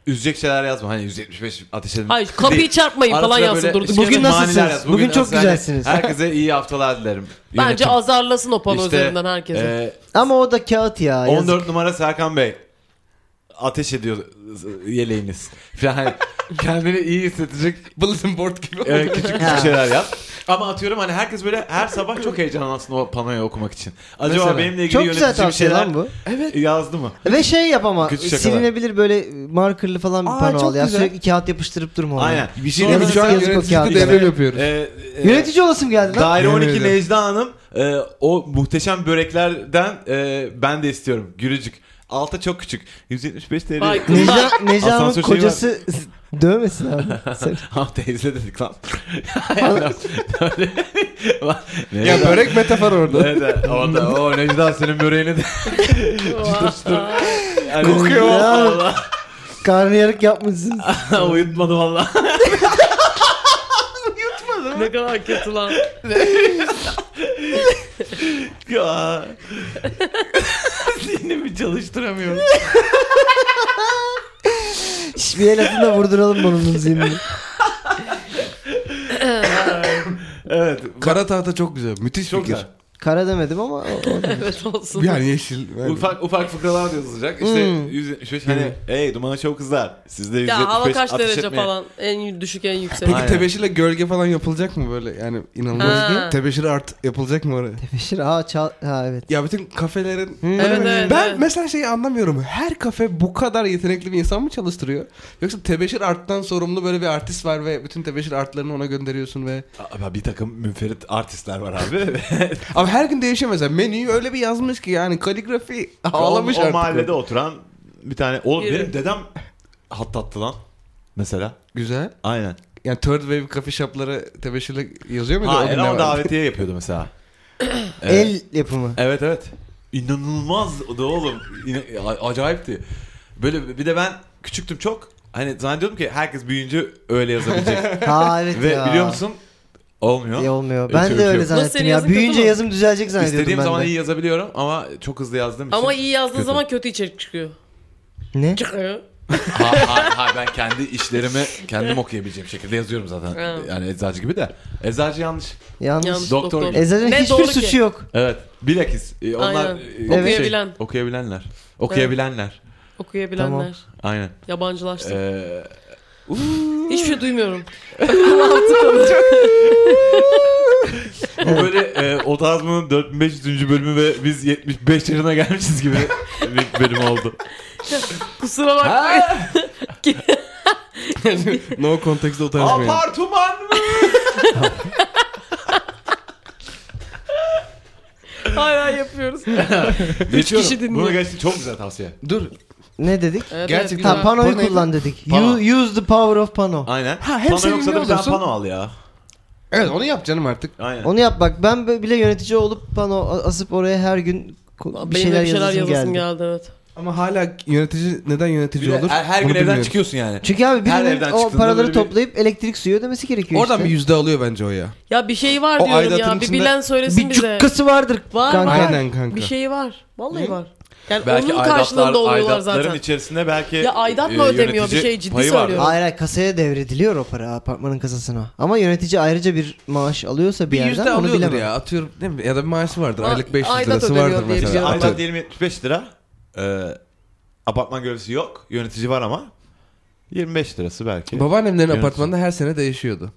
üzecek şeyler yazma. Hani 175 ateş edin. Hayır kapıyı çarpmayın Ara falan sıra yazsın böyle durduk. şey- Bugün maniler nasılsınız? yaz. Bugün çok nasıl? güzelsiniz. Hani herkese iyi haftalar dilerim. Bence Yönetim. azarlasın o pano İşte, üzerinden herkesi. Ee, Ama o da kağıt ya. yazık. 14 numara Serkan Bey. Ateş ediyor yeleğiniz. Falan hani kendini iyi hissedecek Bulletin board gibi. e, küçük küçük şeyler yap. Ama atıyorum hani herkes böyle her sabah çok heyecanlı aslında o panoyu okumak için. Acaba Mesela. benimle ilgili Çok güzel yönetici bir tavsiye şeyler lan bu. yazdı mı? Ve şey yap ama Kötü şakalar. silinebilir böyle markerlı falan bir Aa, pano çok al ya. güzel. Sürekli kağıt yapıştırıp durma ona. Aynen. Bir şey Sonra demek biz şu an yazık o yöneticilikte kağıdı devrim yani. yapıyoruz. Ee, e, Yönetici olasım geldi lan. Daire Yemin 12 ederim. Necla Hanım e, o muhteşem böreklerden e, ben de istiyorum. Gürücük. Alta çok küçük. 175 TL. Ay Necla, kızlar. Necla Hanım'ın Asansör şeyi var. kocası dövmesin abi. Sen- Ha teyze dedik lan. Ya börek metafor orada. Evet, evet. orada o Necla senin böreğini de e, yani, Kokuyor valla. Karnıyarık yapmışsın. Uyutmadı valla. ne kadar kötü lan. Ya. Zihnimi çalıştıramıyorum. Şş, bir el atın da vurduralım bunun zihnini. Evet. Kara tahta çok güzel. Müthiş Çok fikir. güzel. Kara demedim ama o- o da. evet olsun. Yani yeşil. yani. Ufak ufak fıkralar yazılacak. İşte Hmm. 175 hani ey dumanı çok kızlar. Sizde 175 ya hava kaç ateş derece etmeyin. falan. En y- düşük en yüksek. Peki Aynen. tebeşirle gölge falan yapılacak mı böyle? Yani inanılmaz. Ha. Tebeşir art yapılacak mı oraya? Tepeşir ha çal ha evet. Ya bütün kafelerin... Evet, evet, ben evet. mesela şeyi anlamıyorum. Her kafe bu kadar yetenekli bir insan mı çalıştırıyor? Yoksa tebeşir arttan sorumlu böyle bir artist var ve bütün tebeşir artlarını ona gönderiyorsun ve... Abi bir takım münferit artistler var abi. Ama her gün değişiyor mesela. Menüyü öyle bir yazmış ki yani kaligrafi ağlamış o, artık. o mahallede oturan bir tane. Oğlum Biri. benim dedem hattattı lan. Mesela. Güzel. Aynen. Yani third wave coffee shopları tebeşirle yazıyor muydu? Ha, o günler ama var? davetiye yapıyordu mesela. evet. El yapımı. Evet evet. İnanılmaz da oğlum. İna- a- acayipti. Böyle bir de ben küçüktüm çok. Hani zannediyordum ki herkes büyüyünce öyle yazabilecek. Ha evet Ve ya. biliyor musun? Olmuyor. İyi olmuyor. Ben Ötüyor, de öyle ötüyor. Nasıl zannettim senin ya. yazın kötü Büyüyünce mü? yazım düzelecek zannediyordum İstediğim ben zaman de. iyi yazabiliyorum ama çok hızlı yazdığım için. Ama iyi yazdığın kötü. zaman kötü içerik çıkıyor. Ne? Çıkıyor. ha, ha, ha, ben kendi işlerimi kendim okuyabileceğim şekilde yazıyorum zaten. Evet. yani eczacı gibi de. Eczacı yanlış. Yanlış. Yanlış Doktor doktor. gibi. Eczacının Ne hiçbir doğru ki? suçu yok. Evet. Bilakis. e, Onlar Aynen. e, Okuyabilen. okuyabilenler. Okuyabilenler. Okuyabilenler. Tamam. Aynen. Yabancılaştık. Ee, Hiçbir şey duymuyorum. Bu böyle e, o tarz bunun 4500. bölümü ve biz 75 yaşına gelmişiz gibi bir bölüm oldu. Kusura bakmayın. no kontekste utançmayın. Apartman mı? Hala yapıyoruz. Geçiyorum. kişi dinliyor. Bunu gerçekten çok güzel tavsiye. Dur. Ne dedik? Evet, Gerçekten. evet, Ha güzel. panoyu Panoyu- kullan dedik. Pano. You- Use the power of pano. Aynen. Ha, hem pano yoksa da bir sevimli tane olursun. pano al ya. Evet onu yap canım artık. Aynen. Onu yap bak. Ben bile yönetici olup pano asıp oraya her gün ko- Benim bir şeyler, bir şeyler yazasım yazasım geldi. geldi. evet. Ama hala yönetici neden Bir yönetici de olur? her, her gün Bunu evden bilmiyorum. çıkıyorsun yani. Çünkü abi Her birinin evden o çıktığında paraları böyle bir- toplayıp elektrik suyu ödemesi gerekiyor Oradan bir işte. yüzde alıyor bence o ya. Ya bir şey var O diyorum aidatın ya. Bir içinde bilen söylesin bir bize. cukkası vardır Var, kanka. var. Aynen kanka. Bir şeyi var. Vallahi var. Yani Belki onun aidatlar, karşılığında oluyorlar aidatların zaten. içerisinde belki e, Ya aidat mı ödemiyor? Bir yönetici şey ciddi payı vardır. söylüyorum. Hayır hayır kasaya devrediliyor o para apartmanın kasasına. Ama yönetici ayrıca bir maaş alıyorsa bir, Bir yüzde yerden onu alıyordur bilemem. ya. Atıyorum ne bileyim, ya da bir maaşı vardır. Ama Aylık 500 aidat lirası ödeniyor vardır diye İşte mesela. biliyorum. aidat Atıyorum. diyelim 75 lira. Ee, apartman görevlisi yok. Yönetici var ama. 25 lirası belki. Babaannemlerin Yönetici. apartmanında her sene değişiyordu.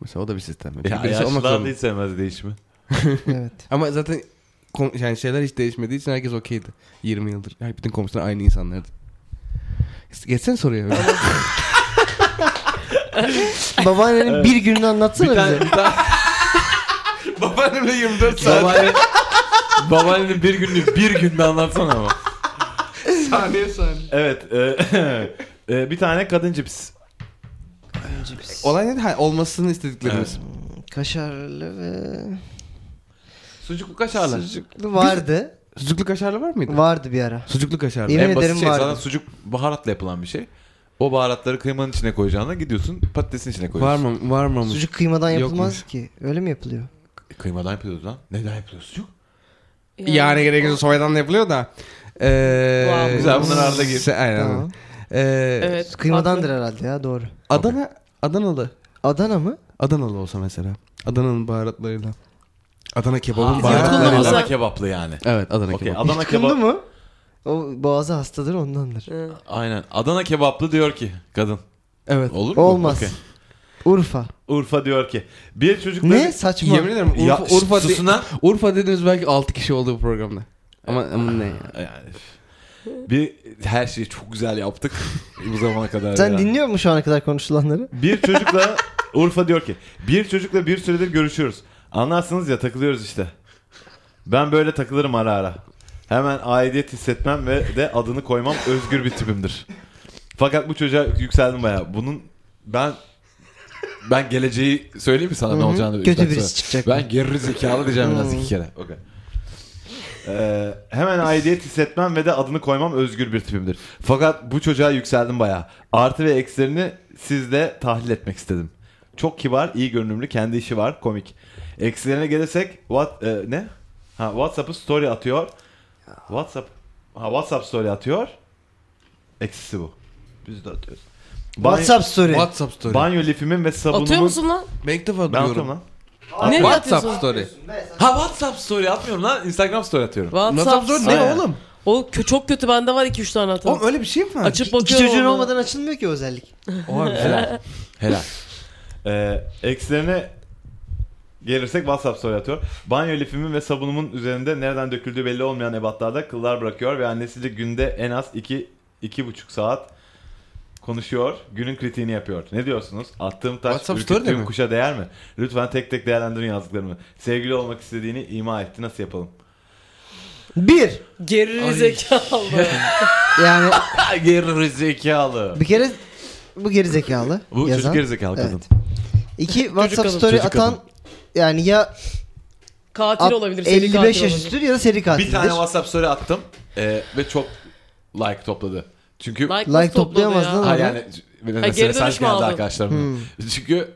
Mesela o da bir sistem. ya, Birisi olmak yaşlılar zorunda. değil sevmez değişimi. Evet. Ama zaten kom- yani şeyler hiç değişmediği için herkes okeydi. 20 yıldır. Yani bütün komşular aynı insanlardı. Geçsene soruya. Babaannenin bir gününü anlatsana Bir bize. tane, bir tane... Babaannemle 24 Babaanne... Babaannenin bir günlük bir günde anlatsana ama. saniye saniye. Evet. e, e, bir tane kadın cips. Olay nedir? Ha, olmasını istediklerimiz. Kaşarlı ve Sucuklu kaşarlı. sucuklu vardı. Sucuklu kaşarlı var mıydı? Vardı bir ara. Sucuklu kaşarlı. Yemin en basit ederim şey vardı. zaten sucuk baharatla yapılan bir şey. O baharatları kıymanın içine koyacağına gidiyorsun patatesin içine Var koyuyorsun. mı? Var mı? Sucuk kıymadan Yokmuş. yapılmaz ki. Öyle mi yapılıyor? E, Kıymadan yapıyoruz lan. Neden yapıyoruz sucuk? Yani gerekirse soydan da yapılıyor da. Ee, Wow. Güzel, bunlar arada gir. se- Aynen. Tamam. Ee, Evet. Kıymadandır farklı. herhalde ya doğru. Adana, Adanalı. Adana mı? Adanalı olsa mesela. Adana'nın baharatlarıyla. Adana kebabın Aa, baharatlarıyla. Adana- Adana kebaplı yani. Evet Adana Okey. kebabı. Adana Yutkundu kebap. mu? O boğazı hastadır ondandır. Hı. Aynen. Adana kebaplı diyor ki kadın. Evet. Olur mu? Olmaz. Okey. Urfa. Urfa diyor ki bir çocukla Ne saçma. Yemin ederim Urfa, Ya, Urfa, susun lan. Urfa dediniz belki 6 kişi oldu bu programda. Ama, ama ne ya? Yani üf. bir her şeyi çok güzel yaptık bu zamana kadar. Sen ya. dinliyor musun şu ana kadar konuşulanları? bir çocukla Urfa diyor ki bir çocukla bir süredir görüşüyoruz. Anlarsınız ya takılıyoruz işte. Ben böyle takılırım ara ara. Hemen aidiyet hissetmem ve de adını koymam özgür bir tipimdir. Fakat bu çocuğa yükseldim bayağı. Bunun ben Ben geleceği söyleyeyim mi sana ne Hı hı. olacağını? bir Kötü dakika birisi sonra? çıkacak. Ben geri zekalı diyeceğim biraz Hı. iki kere. Okey. Ee, hemen aidiyet hissetmem ve de adını koymam özgür bir tipimdir. Fakat bu çocuğa yükseldim bayağı. Artı ve eksilerini sizle tahlil etmek istedim. Çok kibar, iyi görünümlü, kendi işi var, komik. Eksilerine gelirsek what e, ne? Ha WhatsApp'ı story atıyor. WhatsApp ha WhatsApp story atıyor. Eksisi bu. Biz de atıyoruz. Banyo, WhatsApp story. WhatsApp story. banyo lifimin ve sabunumun Atıyor musun lan? ben ilk defa Ben duyuyorum. atıyorum lan. Nereye WhatsApp atıyorsun? story. Ha WhatsApp story atmıyorum lan. Instagram story atıyorum. WhatsApp WhatsApp. story ne Aynen. oğlum? O kö- çok kötü bende var 2-3 tane hata. Oğlum öyle bir şey mi var? Açıp İki bakıyorum. çocuğun ona. olmadan açılmıyor ki o özellik. Oha, Helal. Helal. Ee, eksilerine gelirsek WhatsApp soru atıyor. Banyo lifimin ve sabunumun üzerinde nereden döküldüğü belli olmayan ebatlarda kıllar bırakıyor ve annesiyle günde en az 2 iki, buçuk saat konuşuyor. Günün kritiğini yapıyor. Ne diyorsunuz? Attığım taş WhatsApp story de ürküttüğüm mi? kuşa değer mi? Lütfen tek tek değerlendirin yazdıklarımı. Sevgili olmak istediğini ima etti. Nasıl yapalım? Bir. Geri zekalı. Yani geri zekalı. bir kere bu geri zekalı. Bu yazan. çocuk geri zekalı kadın. Evet. İki WhatsApp kadın, story çocuk atan kadın. yani ya Katil at- olabilir. seri 55 katil yaş olabilir. üstüdür ya da seri katildir. Bir tane WhatsApp story attım e, ve çok like topladı. Çünkü Like topladı toplayamaz ya. lan. ha, Ama- yani mesela Ha, geri mesaj dönüş mü geldi aldın? arkadaşlarım. Hmm. Çünkü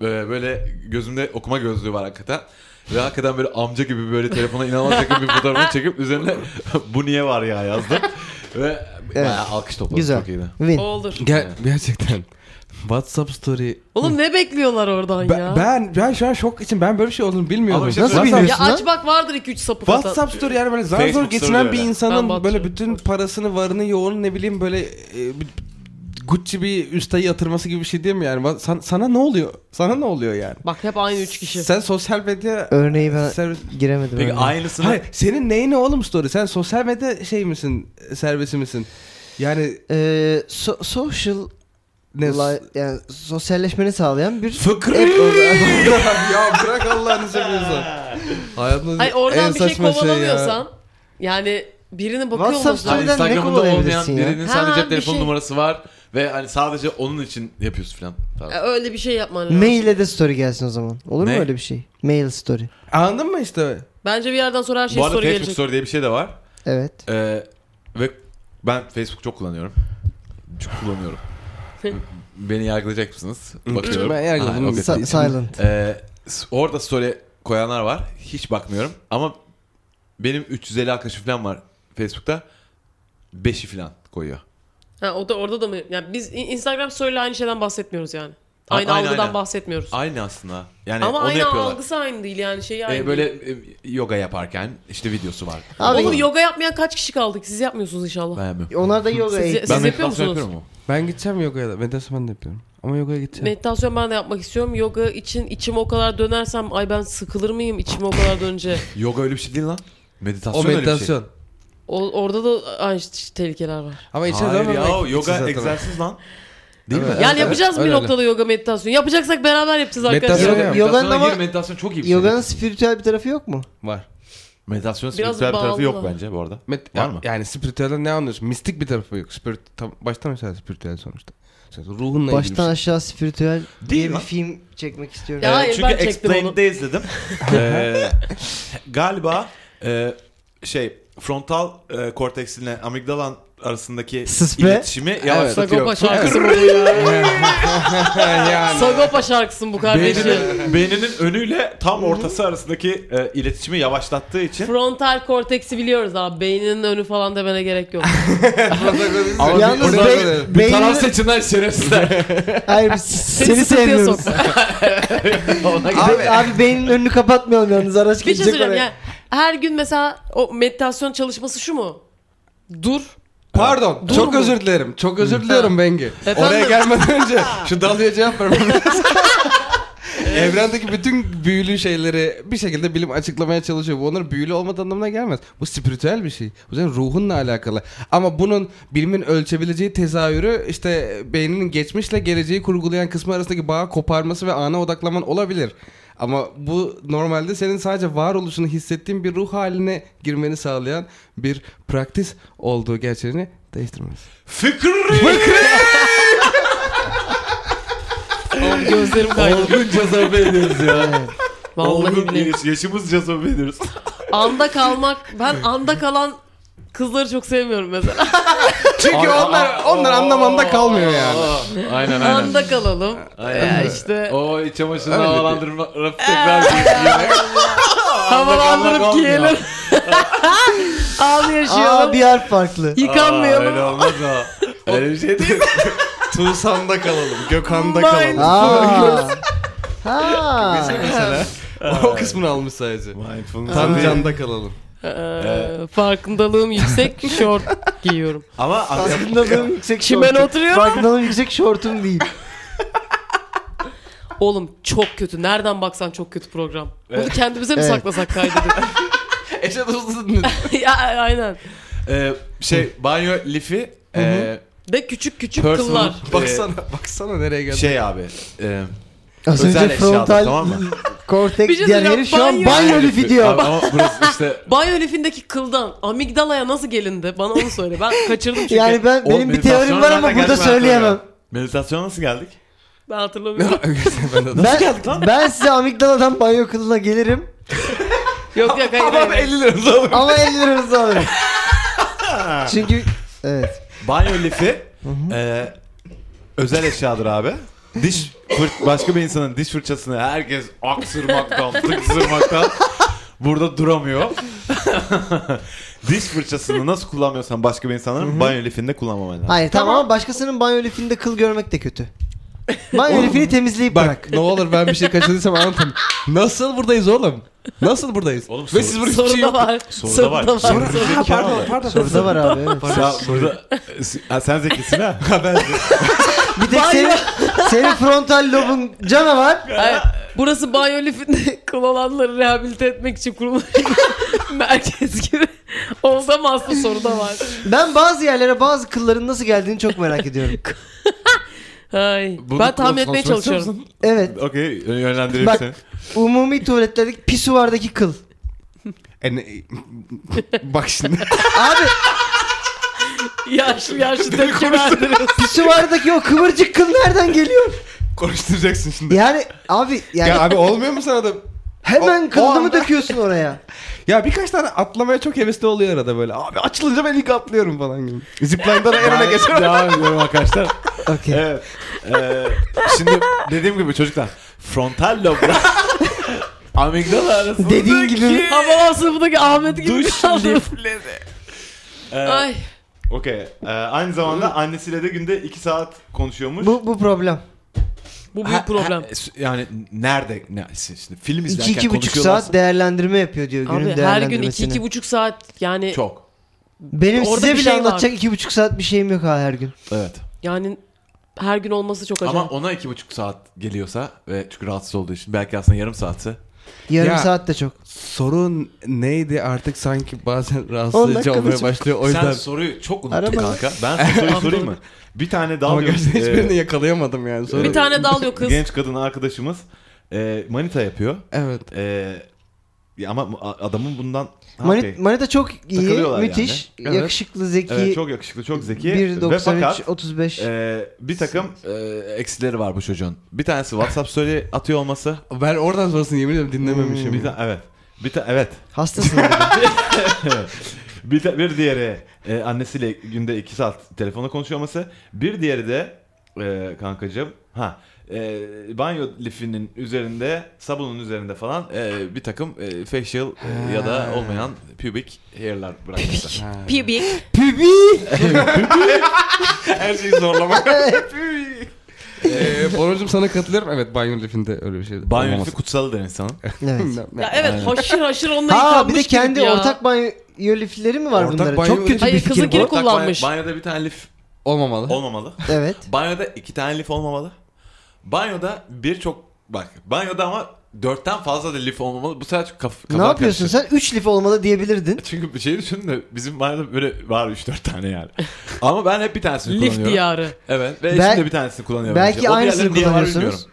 e, böyle gözümde okuma gözlüğü var hakikaten. Ve hakikaten böyle amca gibi böyle telefona inanılmaz yakın bir fotoğrafını çekip üzerine bu niye var ya yazdım. Ve bayağı alkış topladı. Güzel. Çok iyiydi. Win. O olur. Ger- gerçekten. WhatsApp story. Oğlum ne bekliyorlar oradan ya? Ben, ben ben şu an şok için ben böyle bir şey olduğunu bilmiyordum. Ama bir şey Nasıl söyleyeyim. bilmiyorsun? ya Biliyorsun aç bak vardır 2-3 sapık hata. WhatsApp story yani böyle zar zor Facebook story geçinen de bir öyle. insanın Ben böyle bakıyorum. bütün parasını, varını, yoğunu ne bileyim böyle e, bir- Gucci bir üsteyi yatırması gibi bir şey değil mi yani? Va- san- sana ne oluyor? Sana ne oluyor yani? Bak hep aynı 3 kişi. Sen sosyal medya Örneği ben servis... giremedim. Peki örneğe. aynısını Hayır, senin neyine oğlum story? Sen sosyal medya şey misin, servisi misin? Yani Ee, so- social ne? li- yani sosyalleşmeni sağlayan bir Fıkri! ya bırak Allah'ını seviyorsan. Hayatımda Hayır oradan en bir şey saçma kovalamıyorsan. Yani birine bakıyor WhatsApp musun? Hani Story'den ne Instagram'da olmayan kovalayabilirsin ya? birinin sadece Ha, cep bir telefon şey. numarası var ve hani sadece onun için yapıyorsun falan. Tabii. Ya Öyle bir şey yapman lazım. mail'e de story gelsin o zaman. Olur Ne? mu öyle bir şey? Mail story. Anladın mı işte? Bence bir yerden sonra her şey Bu arada soru Facebook gelecek. Story diye bir şey de var. Evet. Ee, ve ben Facebook çok kullanıyorum. Çok kullanıyorum. Beni yargılayacak mısınız? Bakıyorum. Ben yargıladım. Ha, okey. Sa- silent. Ee, s- orada story koyanlar var. Hiç bakmıyorum. Ama benim 350 arkadaşım falan var Facebook'ta. 5'i falan koyuyor. Ha, o da orada da mı? Yani biz in- Instagram story'le aynı şeyden bahsetmiyoruz yani. A- Aynı aynen, algıdan aynen. bahsetmiyoruz. Aynı aslında. Yani Ama onu aynı yapıyorlar. algısı aynı değil yani şey Ee, aynı. böyle e, yoga yaparken işte videosu var. Abi- Oğlum yoga yapmayan kaç kişi kaldık? Siz yapmıyorsunuz inşallah. Ben yapmıyorum. Onlar da yoga Siz- eğitim. siz- Ben yapıyor meditasyon musunuz? yapıyorum ama. Ben gideceğim yogaya da. Meditasyon ben de yapıyorum. Ama yogaya gideceğim. Meditasyon ben de yapmak istiyorum. Yoga için içime o kadar dönersem ay ben sıkılır mıyım içime o kadar dönünce? Yoga öyle bir şey değil lan. Meditasyon o öyle bir şey. meditasyon. O- orada da aynı ş- ş- tehlikeler var. Ama içine Hayır dönmemek ya için yoga zaten. egzersiz lan. Değil mi? Evet. Yani yapacağız mı bir Öyle, öyle. noktada yoga meditasyonu? Yapacaksak beraber yapacağız Meditasyon arkadaşlar. yap- Yoga- Yoga'nın Meditasyona ama- gir, meditasyon çok iyi bir şey. Yoganın spiritüel bir tarafı yok mu? Var. Meditasyonun Biraz spiritüel bir tarafı bağlı. yok bence bu arada. Met- Var mı? Yani spiritüelden ne anlıyorsun? Mistik bir tarafı yok. Spirit, tam, baştan aşağı spiritüel sonuçta. Sen ruhunla ilgili. şey. Baştan aşağı spiritüel diye bir lan. film çekmek istiyorum. Ya Ee, hayır, çünkü ben çektim onu. Explained'de izledim. Ee, galiba e, şey frontal e, korteksine amigdalan arasındaki Sıspe. iletişimi yavaşlatıyor. Sagopa şarkısı. Sagopa şarkısın bu kardeşim. Beyninin, beyninin önüyle tam ortası arasındaki e, iletişimi yavaşlattığı için Frontal korteksi biliyoruz abi. Beyninin önü falan demene gerek yok. Ama Yalnız bir- be- orada- beyni- seçinler şerefsizler. Hayır biz seni Seni sıkıntıya sevmiyoruz. sokma. Abi, abi beynin önünü kapatmayalım yalnız araç Bir şey gidecek söyleyeyim oraya. ya. Her gün mesela o meditasyon çalışması şu mu? Dur. Pardon. Dur çok bu. özür dilerim. Çok özür diliyorum Bengi. Efendim? Oraya gelmeden önce şu dalıya cevap vermem lazım. Evrendeki bütün büyülü şeyleri bir şekilde bilim açıklamaya çalışıyor. Bu onların büyülü olmadığı anlamına gelmez. Bu spiritüel bir şey. Bu senin ruhunla alakalı. Ama bunun bilimin ölçebileceği tezahürü işte beyninin geçmişle geleceği kurgulayan kısmı arasındaki bağı koparması ve ana odaklaman olabilir. Ama bu normalde senin sadece varoluşunu hissettiğin bir ruh haline girmeni sağlayan bir praktis olduğu gerçeğini değiştirmez. Fikri! Oğlum gözlerim kaydı. Olgun cazabe ediyoruz ya. Vallahi Olgun billahi. yaş- yaşımız cazabe ediyoruz. Anda kalmak. Ben anda kalan kızları çok sevmiyorum mesela. Çünkü onlar onlar anlamanda kalmıyor yani. Aynen aynen. anda kalalım. Ya işte O iç çamaşırını Öyle havalandırma rafı tekrar giyiyor. havalandırıp giyelim. Al Aa yaşayalım. bir harf farklı. Yıkanmayalım. Öyle olmaz ha. Öyle bir şey değil. Tuğsan'da kalalım, Gökhan'da Mind- kalalım. Aa. ha. o kısmını almış sadece. Mindfulness. Tancan'da kalalım. Ee, farkındalığım yüksek şort giyiyorum. Ama Farkındalığım yüksek Şimdi ben şortum. oturuyorum. Farkındalığım yüksek şortum değil. Oğlum çok kötü. Nereden baksan çok kötü program. Bunu Evet. kendimize mi Evet. saklasak kaydedik? Eşe dostun. ya, aynen. e, şey banyo lifi e, De küçük küçük Personal- e, kıllar. baksana, baksana nereye geldi. şey abi. E, Az Özel önce eşyadır, frontal tamam mı? Bir korteks şey diyen söyleyeceğim, herif şu an banyo- banyo lifi diyor. Abi ama burası işte Banyo lifindeki kıldan amigdalaya nasıl gelindi? Bana onu söyle. Ben kaçırdım çünkü. Yani ben O benim bir teorim meditasyona var ama nereden burada geldi ben söyleyemem. hatırlamıyorum. Meditasyona nasıl geldik? Ben hatırlamıyorum. Ben, ben size amigdaladan banyo kılına gelirim yok yok hayır Ama hayır. 50 lira da alırım. ama 50 liranızı alırım. Çünkü evet. Banyo lifi e, özel eşyadır abi. Diş fır- başka bir insanın diş fırçasını herkes aksırmaktan, tıksırmaktan burada duramıyor. diş fırçasını nasıl kullanmıyorsan başka bir insanların banyo lifinde kullanmaman lazım. Hayır tamam, ama başkasının banyo lifinde kıl görmek de kötü. Banyo lifini temizleyip bırak. Bak ne olur ben bir şey kaçırdıysam anlatın. Nasıl buradayız oğlum? Nasıl buradayız? Oğlum, Ve soru- siz burada hiçbir Soru şey da yok. var. Soruda Soru var. da var. Soru- Soru- Ha, pardon pardon. Soruda var abi evet. Ya burada ha, sen zekisin ha. Bir tek senin, senin frontal lobun canavar. Hayır, burası banyo lifinde kıl olanları rehabilite etmek için kurulmuş bir merkez gibi. Olsa mı aslında soru da var. Ben bazı yerlere bazı kılların nasıl geldiğini çok merak ediyorum. Ay. Bunu ben tahmin konuşmak etmeye istiyor çalışıyorum. musun? Evet. Okey yönlendireyim Bak- seni. Umumi tuvaletlerdeki pisuvardaki kıl. E, ne- Bak şimdi. Abi Yaşlı yaşlı tepki verdiniz. pisuvardaki o kıvırcık kıl nereden geliyor? Konuşturacaksın şimdi. Yani abi yani Ya abi olmuyor mu sana da? o- hemen o kılını anda- döküyorsun oraya. Ya birkaç tane atlamaya çok hevesli oluyor arada böyle. Abi açılınca ben ilk atlıyorum falan gibi. Zipline'da da yerine geçer. Devam ediyorum arkadaşlar. Okey. Evet. Ee, şimdi dediğim gibi çocuklar frontal lobla amigdala arasında Dediğin gibi Havalan sınıfındaki Ahmet gibi duş kaldım. lifleri. Ee, Ay. Okey. Ee, aynı zamanda annesiyle de günde 2 saat konuşuyormuş. bu bu problem. Bu büyük problem. Ha- ha- yani nerede? Ne, şimdi film izlerken İki iki buçuk konuşuyorlarsa- saat değerlendirme yapıyor diyor günün Abi her gün iki değerlendirmesini. iki buçuk saat yani Çok. Benim Orada size bir bile şey var. anlatacak iki buçuk saat bir şeyim yok ha her gün. Evet. yani her gün olması çok acayip. Ama ona iki buçuk saat geliyorsa ve çünkü rahatsız olduğu için belki aslında yarım saati Yarım Ya. saat de çok. Sorun neydi artık sanki bazen On rahatsız dakika edici olmaya mısın? başlıyor. O yüzden Sen soruyu çok unuttun Arama. kanka. Ben sana soruyu sorayım mı? Bir tane daha ama diyorum. gerçekten Ee, hiçbirini yakalayamadım yani. Sorun. Bir tane dal yok kız. Genç kadın arkadaşımız e, manita yapıyor. Evet. E, ya ama bu- a- adamın bundan Ha, Mani- okey. Manita çok iyi, Takılıyorlar müthiş, yani. Evet. yakışıklı, zeki. Evet, çok yakışıklı, çok zeki. Ve 1.93, fakat 35. e, bir takım e, Ee, eksileri var bu çocuğun. Bir tanesi WhatsApp söyle atıyor olması. Ben oradan sonrasını yemin ederim dinlememişim. bir ta- evet. Bir ta- evet. Hastasın. herhalde. Bir, ta- bir diğeri e, annesiyle günde 2 saat telefonla konuşuyor olması. Bir diğeri de e, kankacığım ha e, banyo lifinin üzerinde sabunun üzerinde falan Ee, bir takım e, facial e, ya da olmayan pubic hair'lar bırakması. Pibik. Her şeyi zorlamak. Ee, Borucuğum sana katılıyorum. Evet banyo lifinde öyle bir şey. banyo olmaması. lifi kutsalı der insanın. evet. Ya evet haşır haşır onunla Ha bir yıkanmış de kendi gibi ya. ortak banyo lifleri mi var Ortak bunların? banyo Çok kötü Hayır, bir fikir kızınkini bu. kullan- Kullanmış. banyoda bir tane lif Olmamalı. olmamalı. Evet. Banyoda iki tane lif olmamalı. Banyoda birçok bak banyoda ama dörtten fazla da lif olmamalı. Bu sefer kaf, Ne yapıyorsun sen? 3 lif olmalı diyebilirdin. Çünkü bir şey düşündüm de bizim banyoda böyle var 3-4 tane yani. Ama ben hep bir tanesini Lif kullanıyorum. diyarı. Evet ve Bel- şimdi bir tanesini kullanıyorum. belki O diğerleri aynısını niye var kullanıyorsunuz. bilmiyorum.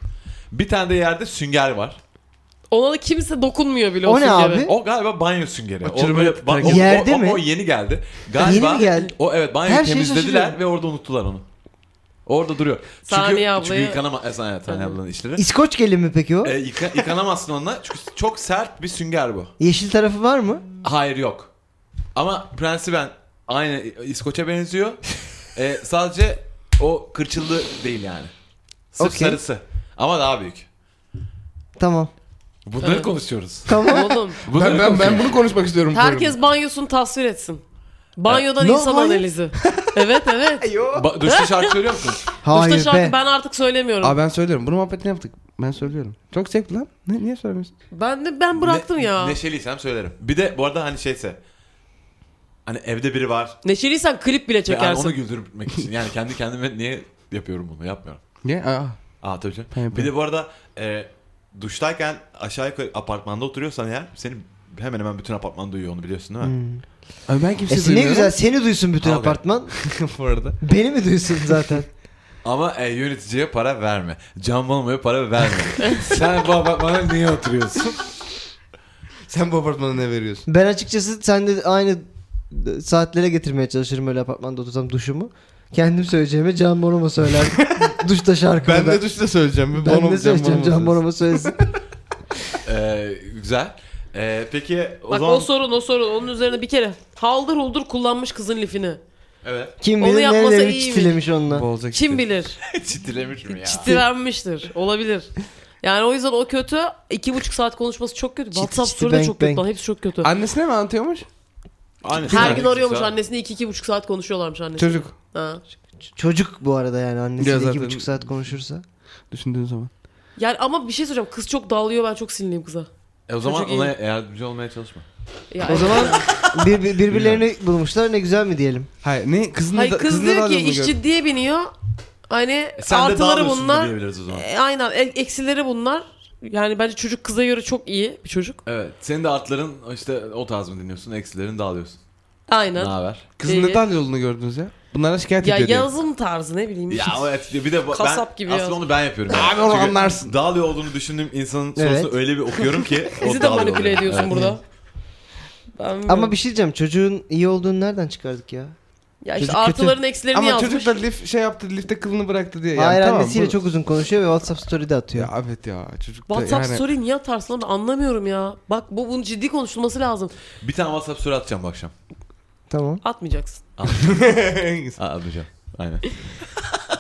Bir tane de yerde sünger var. Ona da kimse dokunmuyor bile o, O ne süngere. abi? O galiba banyo süngeri. O, Çürüme- böyle ba- o- Yerde o- o- mi? O yeni geldi. Galiba Yeni mi geldi? o evet banyo Her şey şeyi temizlediler şaşırıyorum. ve orada unuttular onu. Orada duruyor. Çünkü, Saniye çünkü ablayı- yıkanama e, saniye, saniye ablanın işleri. İskoç gelin mi peki o? E, yıka- yıkanamazsın onunla çünkü çok sert bir sünger bu. Yeşil tarafı var mı? Hayır yok. Ama prensiben aynı İskoç'a benziyor. E, sadece o kırçıllı değil yani. Sırf Okey. sarısı. Ama daha büyük. Tamam. Bunları Evet. konuşuyoruz. Tamam. Oğlum Ben, ben, ben bunu konuşmak istiyorum. herkes banyosunu tasvir etsin. Banyodan Ne insan banyo? analizi. evet evet. Ba- Duşta şarkı söylüyor musun? Duşta Hayır şarkı be. ben artık söylemiyorum. Aa ben söylüyorum. Bunu muhabbetini yaptık. Ben söylüyorum. Çok zevkli lan. Ne, niye söylemiyorsun? Ben de ben bıraktım Ne- ya. Neşeliysem söylerim. Bir de bu arada hani şeyse hani evde biri var. Neşeliysen klip bile Yani çekersin. onu güldürmek için. Yani kendi kendime niye yapıyorum bunu? Yapmıyorum. Niye? Aa. Aa tabii canım. Ben yapıyorum. Bir de bu arada e, duştayken aşağı yukarı apartmanda oturuyorsan eğer seni hemen hemen bütün apartman duyuyor onu biliyorsun değil mi? Hmm. Abi ben şey kimseyi E, ne duymuyorum. güzel seni duysun bütün Abi. apartman. bu arada. Beni mi duysun zaten? Ama e, yöneticiye para verme. Can Balmaya para verme. Sen bu apartmana niye oturuyorsun? Sen bu apartmana ne veriyorsun? Ben açıkçası sen de aynı saatlere getirmeye çalışırım öyle apartmanda otursam duşumu. Kendim söyleyeceğime Can Bonomo söyler. Duşta şarkımı Ben de duşta söyleyeceğim. Bir ben Bonomo- de söyleyeceğim Can Bonomo söylesin. E, güzel. E, peki o Bak zaman... o sorun o sorun. Onun üzerine bir kere haldır huldur kullanmış kızın lifini. Evet. Kim Onu bilir yapmasa nereleri iyiymiş. çitilemiş onunla. Bu olacak Kim işte. bilir? Çitilemiş mi ya? Çitilenmiştir. Olabilir. Yani o yüzden o kötü. iki buçuk saat konuşması çok kötü. WhatsApp çiti, soru da bang, çok kötü bang. lan. Hepsi çok kötü. Annesine mi anlatıyormuş? Aynısı. Her gün arıyormuş Güzel. annesini. iki iki buçuk saat konuşuyorlarmış annesi. Çocuk. Ha. Ç- Çocuk bu arada yani Ya annesiyle iki zaten- buçuk saat konuşursa. Düşündüğün zaman. Yani ama bir şey soracağım. Kız çok dağılıyor. Ben çok sinirliyim kıza. E, o zaman Çocuk ona yardımcı olmaya çalışma. Ya, O zaman bir, bir- birbirlerini bulmuşlar ne güzel mi diyelim. Hayır ne? Kızın Hayır da, kız kızın da diyor ki radyosunu iş gör- ciddiye biniyor. Hani E, Sen de artıları dağılıyorsun da bunlar. diyebiliriz o zaman. E, aynen E- eksileri bunlar. Yani bence çocuk kıza göre çok iyi bir çocuk. Evet. Senin de artların işte o tarz mı dinliyorsun? Eksilerini de alıyorsun. Ne Aynen. haber? Kızın Ee, da dal yolunu gördünüz ya. Bunlara şikayet Ya ediyor. diyor. yazım tarzı ne bileyim. Ya o etkili. Bir de bu- Kasap ben, gibi aslında yazdım. onu ben yapıyorum. Abi onu Çünkü anlarsın. Dağılıyor olduğunu düşündüğüm insanın sorusunu Evet. öyle bir okuyorum ki. o Bizi de dağılıyor manipüle oluyor. ediyorsun Evet. burada. Ben Ama bir şey diyeceğim çocuğun iyi olduğunu nereden çıkardık ya? ya işte çocuk kötü. artılarını eksilerini Ama yazmış. çocuk da lif şey yaptı, lifte kılını bıraktı diye. Yani Hayır tamam, annesiyle bu- çok uzun konuşuyor ve WhatsApp story de atıyor. Ya evet ya çocuk da WhatsApp yani. story niye atarsın onu anlamıyorum ya. Bak bu bunun ciddi konuşulması lazım. Bir tane WhatsApp soru atacağım bu akşam. Tamam. Atmayacaksın. Aa, atacağım. Aynen.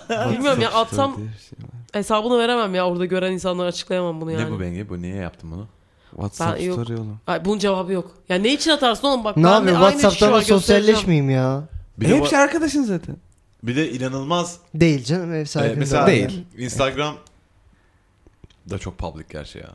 Bilmiyorum ya atsam Diye bir şey var. hesabını veremem ya orada gören insanlara açıklayamam bunu yani. Ne bu Bengi? Bu niye yaptın bunu? WhatsApp Ben- yok. story oğlum. Ay, bunun cevabı yok. Ya ne için atarsın oğlum bak. Ne ben de yapayım aynı kişi WhatsApp'tan var, da göstereceğim. sosyalleşmeyeyim ya. Bir E, de, bu- hepsi arkadaşın zaten. bir de inanılmaz. Değil canım ev e, sahibi. mesela Değil. Instagram da çok public gerçi ya.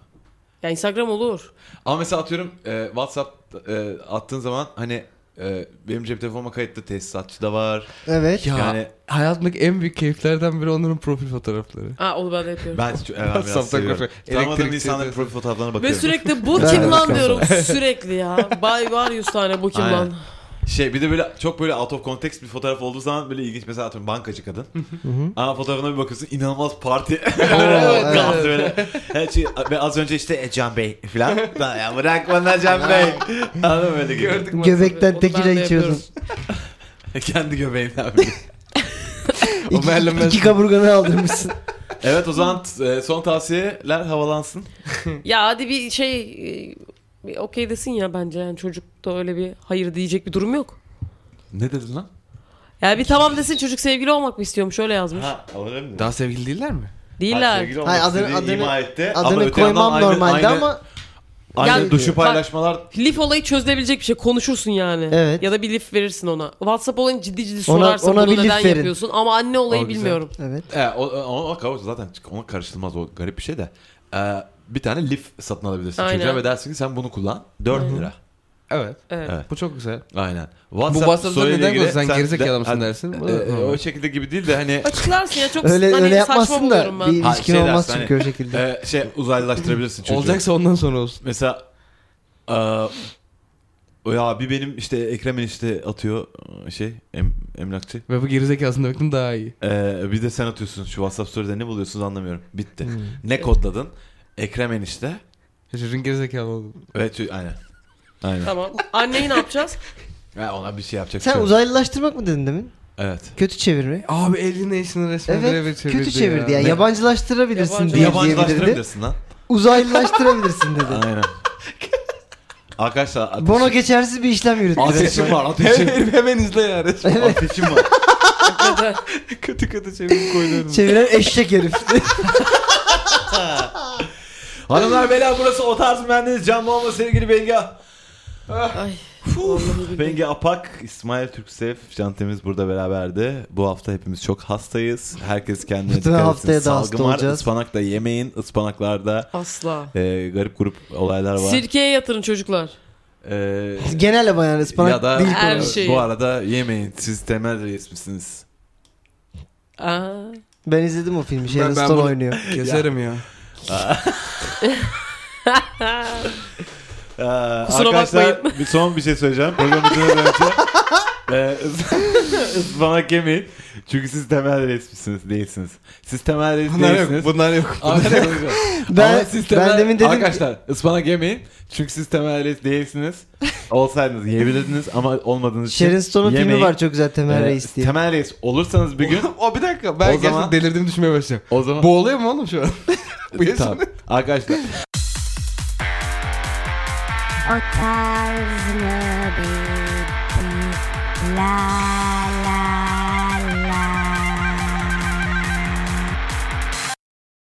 Ya Instagram olur. Ama mesela atıyorum e, WhatsApp e, attığın zaman hani e, benim cep telefonuma kayıtlı tesisatçı da var. Evet. Ya Yani- hayatımdaki en büyük keyiflerden biri onların profil fotoğrafları. Aa onu ben de yapıyorum. Ben çok evet, Saptan biraz seviyorum. koşuyor. Tanımadığım Elektrik insanların çevresi. profil fotoğraflarına Ve bakıyorum. sürekli bu Ben de kim lan başkan diyorum sürekli ya. Bay var 100 tane bu kim Aynen. lan. Şey bir de böyle çok böyle out of context bir fotoğraf olduğu zaman böyle ilginç mesela atıyorum bankacı kadın. Ana fotoğrafına bir bakıyorsun inanılmaz parti. böyle evet. gaz böyle. Her şey, ve az önce işte e, Can Bey falan. Lan ya bırak bana Can Bey. Anladın mı öyle gibi. E, Gördük Göbekten Onu ben de tekile içiyordun. yapıyorum. Kendi göbeğinden abi. İki, Merlin iki kaburganı aldırmışsın. evet o zaman t- e, son tavsiyeler havalansın. Ya hadi bir şey e, bir okey desin ya bence yani çocukta öyle bir hayır diyecek bir durum yok. Ne dedin lan? Ya bir tamam desin çocuk sevgili olmak mı istiyormuş öyle yazmış. Ha alabilir miyim? Daha sevgili değiller mi? Değiller. Hayır, adını- adını, adını- ima etti. Ama Adını öte yandan koymam aynı- normalde aynı- ama Aynı Ya- duşu Bak- paylaşmalar Lif olayı çözülebilecek bir şey. Konuşursun yani. Evet. Ya da bir lif verirsin ona. WhatsApp olayını ciddi ciddi Ona- sorarsa ona bunu bir lif neden verin. yapıyorsun. Ama anne olayı O güzel. bilmiyorum. evet. E, o, o, o- o- zaten ona karışılmaz o garip bir şey de. E, bir tane lif satın alabilirsin Aynen. çocuğa ve dersin ki sen bunu kullan. 4 lira. Evet. Evet. Evet. Bu çok güzel. Aynen. Bu WhatsApp'ta soyuyla neden ilgili konuşuyorsun? Sen gerizekalı de- Ha, mısın dersin. Bu e, da- e, o şekilde gibi değil de hani Açıklarsın ya çok Öyle hani öyle saçma yapmazsın buluyorum da ben. bir Ha, ilişkin şey olmaz dersin, çünkü hani- o şekilde. e, şey uzaylılaştırabilirsin çocuğu. Olacaksa ondan sonra olsun. Mesela e, ya bir benim işte Ekrem enişte atıyor e, şey em, emlakçı. Ve bu gerizekalısını demekten daha iyi. E, bir de sen atıyorsun şu WhatsApp story'de ne buluyorsunuz anlamıyorum. Bitti. Hmm. Ne kodladın? Ekrem enişte. Çocuğun gerizekalı oldum. Evet ço- aynen. Aynen. Tamam. Anneyi ne yapacağız? Ya ona bir şey yapacak. bir Sen şey yok. uzaylılaştırmak mı dedin demin? Evet. Kötü çevirme. Abi eline işini resmen Evet, kötü çevirdi ya. ya. Yabancılaştırabilirsin diye diyebilirdi. Yabancılaştırabilirsin lan. Uzaylılaştırabilirsin dedi. Aynen. Arkadaşlar ateşim, Bono geçersiz bir işlem yürüttü. ateşim var ateşim. hemen izle ya resmen. ateşim var. kötü kötü çevirip koyuyorum. Çeviren eşek herif. Hanımlar beyler burası o tarz bendeniz. Can Boğma sevgili Bengi. Ay. vallahi billahi. Bengi Apak, İsmail Türksev, Can Temiz burada beraberdi. Bu hafta hepimiz çok hastayız. Herkes kendine Bütün dikkat etsin. haftaya da Salgın hasta var. olacağız. Ispanak da yemeyin. Ispanaklarda Asla. e, garip grup olaylar var. Sirkeye yatırın çocuklar. E, Genel ama yani ya ıspanak da değil. Her e, şeyi. bu arada yemeyin. Siz temel reis misiniz? Aa. Ben izledim o filmi. Sharon Ben- ben Stone bunu- oynuyor. Keserim ya. Ee, Kusura arkadaşlar bir son bir şey söyleyeceğim. Program bitirmeden önce. Ee, ıs- ıspanak yemeyin. Çünkü siz temel reis misiniz? Değilsiniz. Siz temel reis Bunlar yok. değilsiniz. Bunlar yok. Arkadaşlar, konuşuyorum. Ama Ben, siz temel- ben demin dedim ki Arkadaşlar ıspanak yemeyin. Çünkü siz temel reis değilsiniz. Olsaydınız yiyebilirdiniz ama olmadığınız için Sharon Stone'un filmi yemeyin. var çok güzel Temel Ee, Reis diye. Temel reis olursanız bir gün o bir dakika. O Ben zaman- gerçekten delirdiğimi düşünmeye başlayacağım. o zaman... Boğuluyor mu oğlum şu an? Bu yaşında. Tamam. Arkadaşlar Otarzına bir, bir la la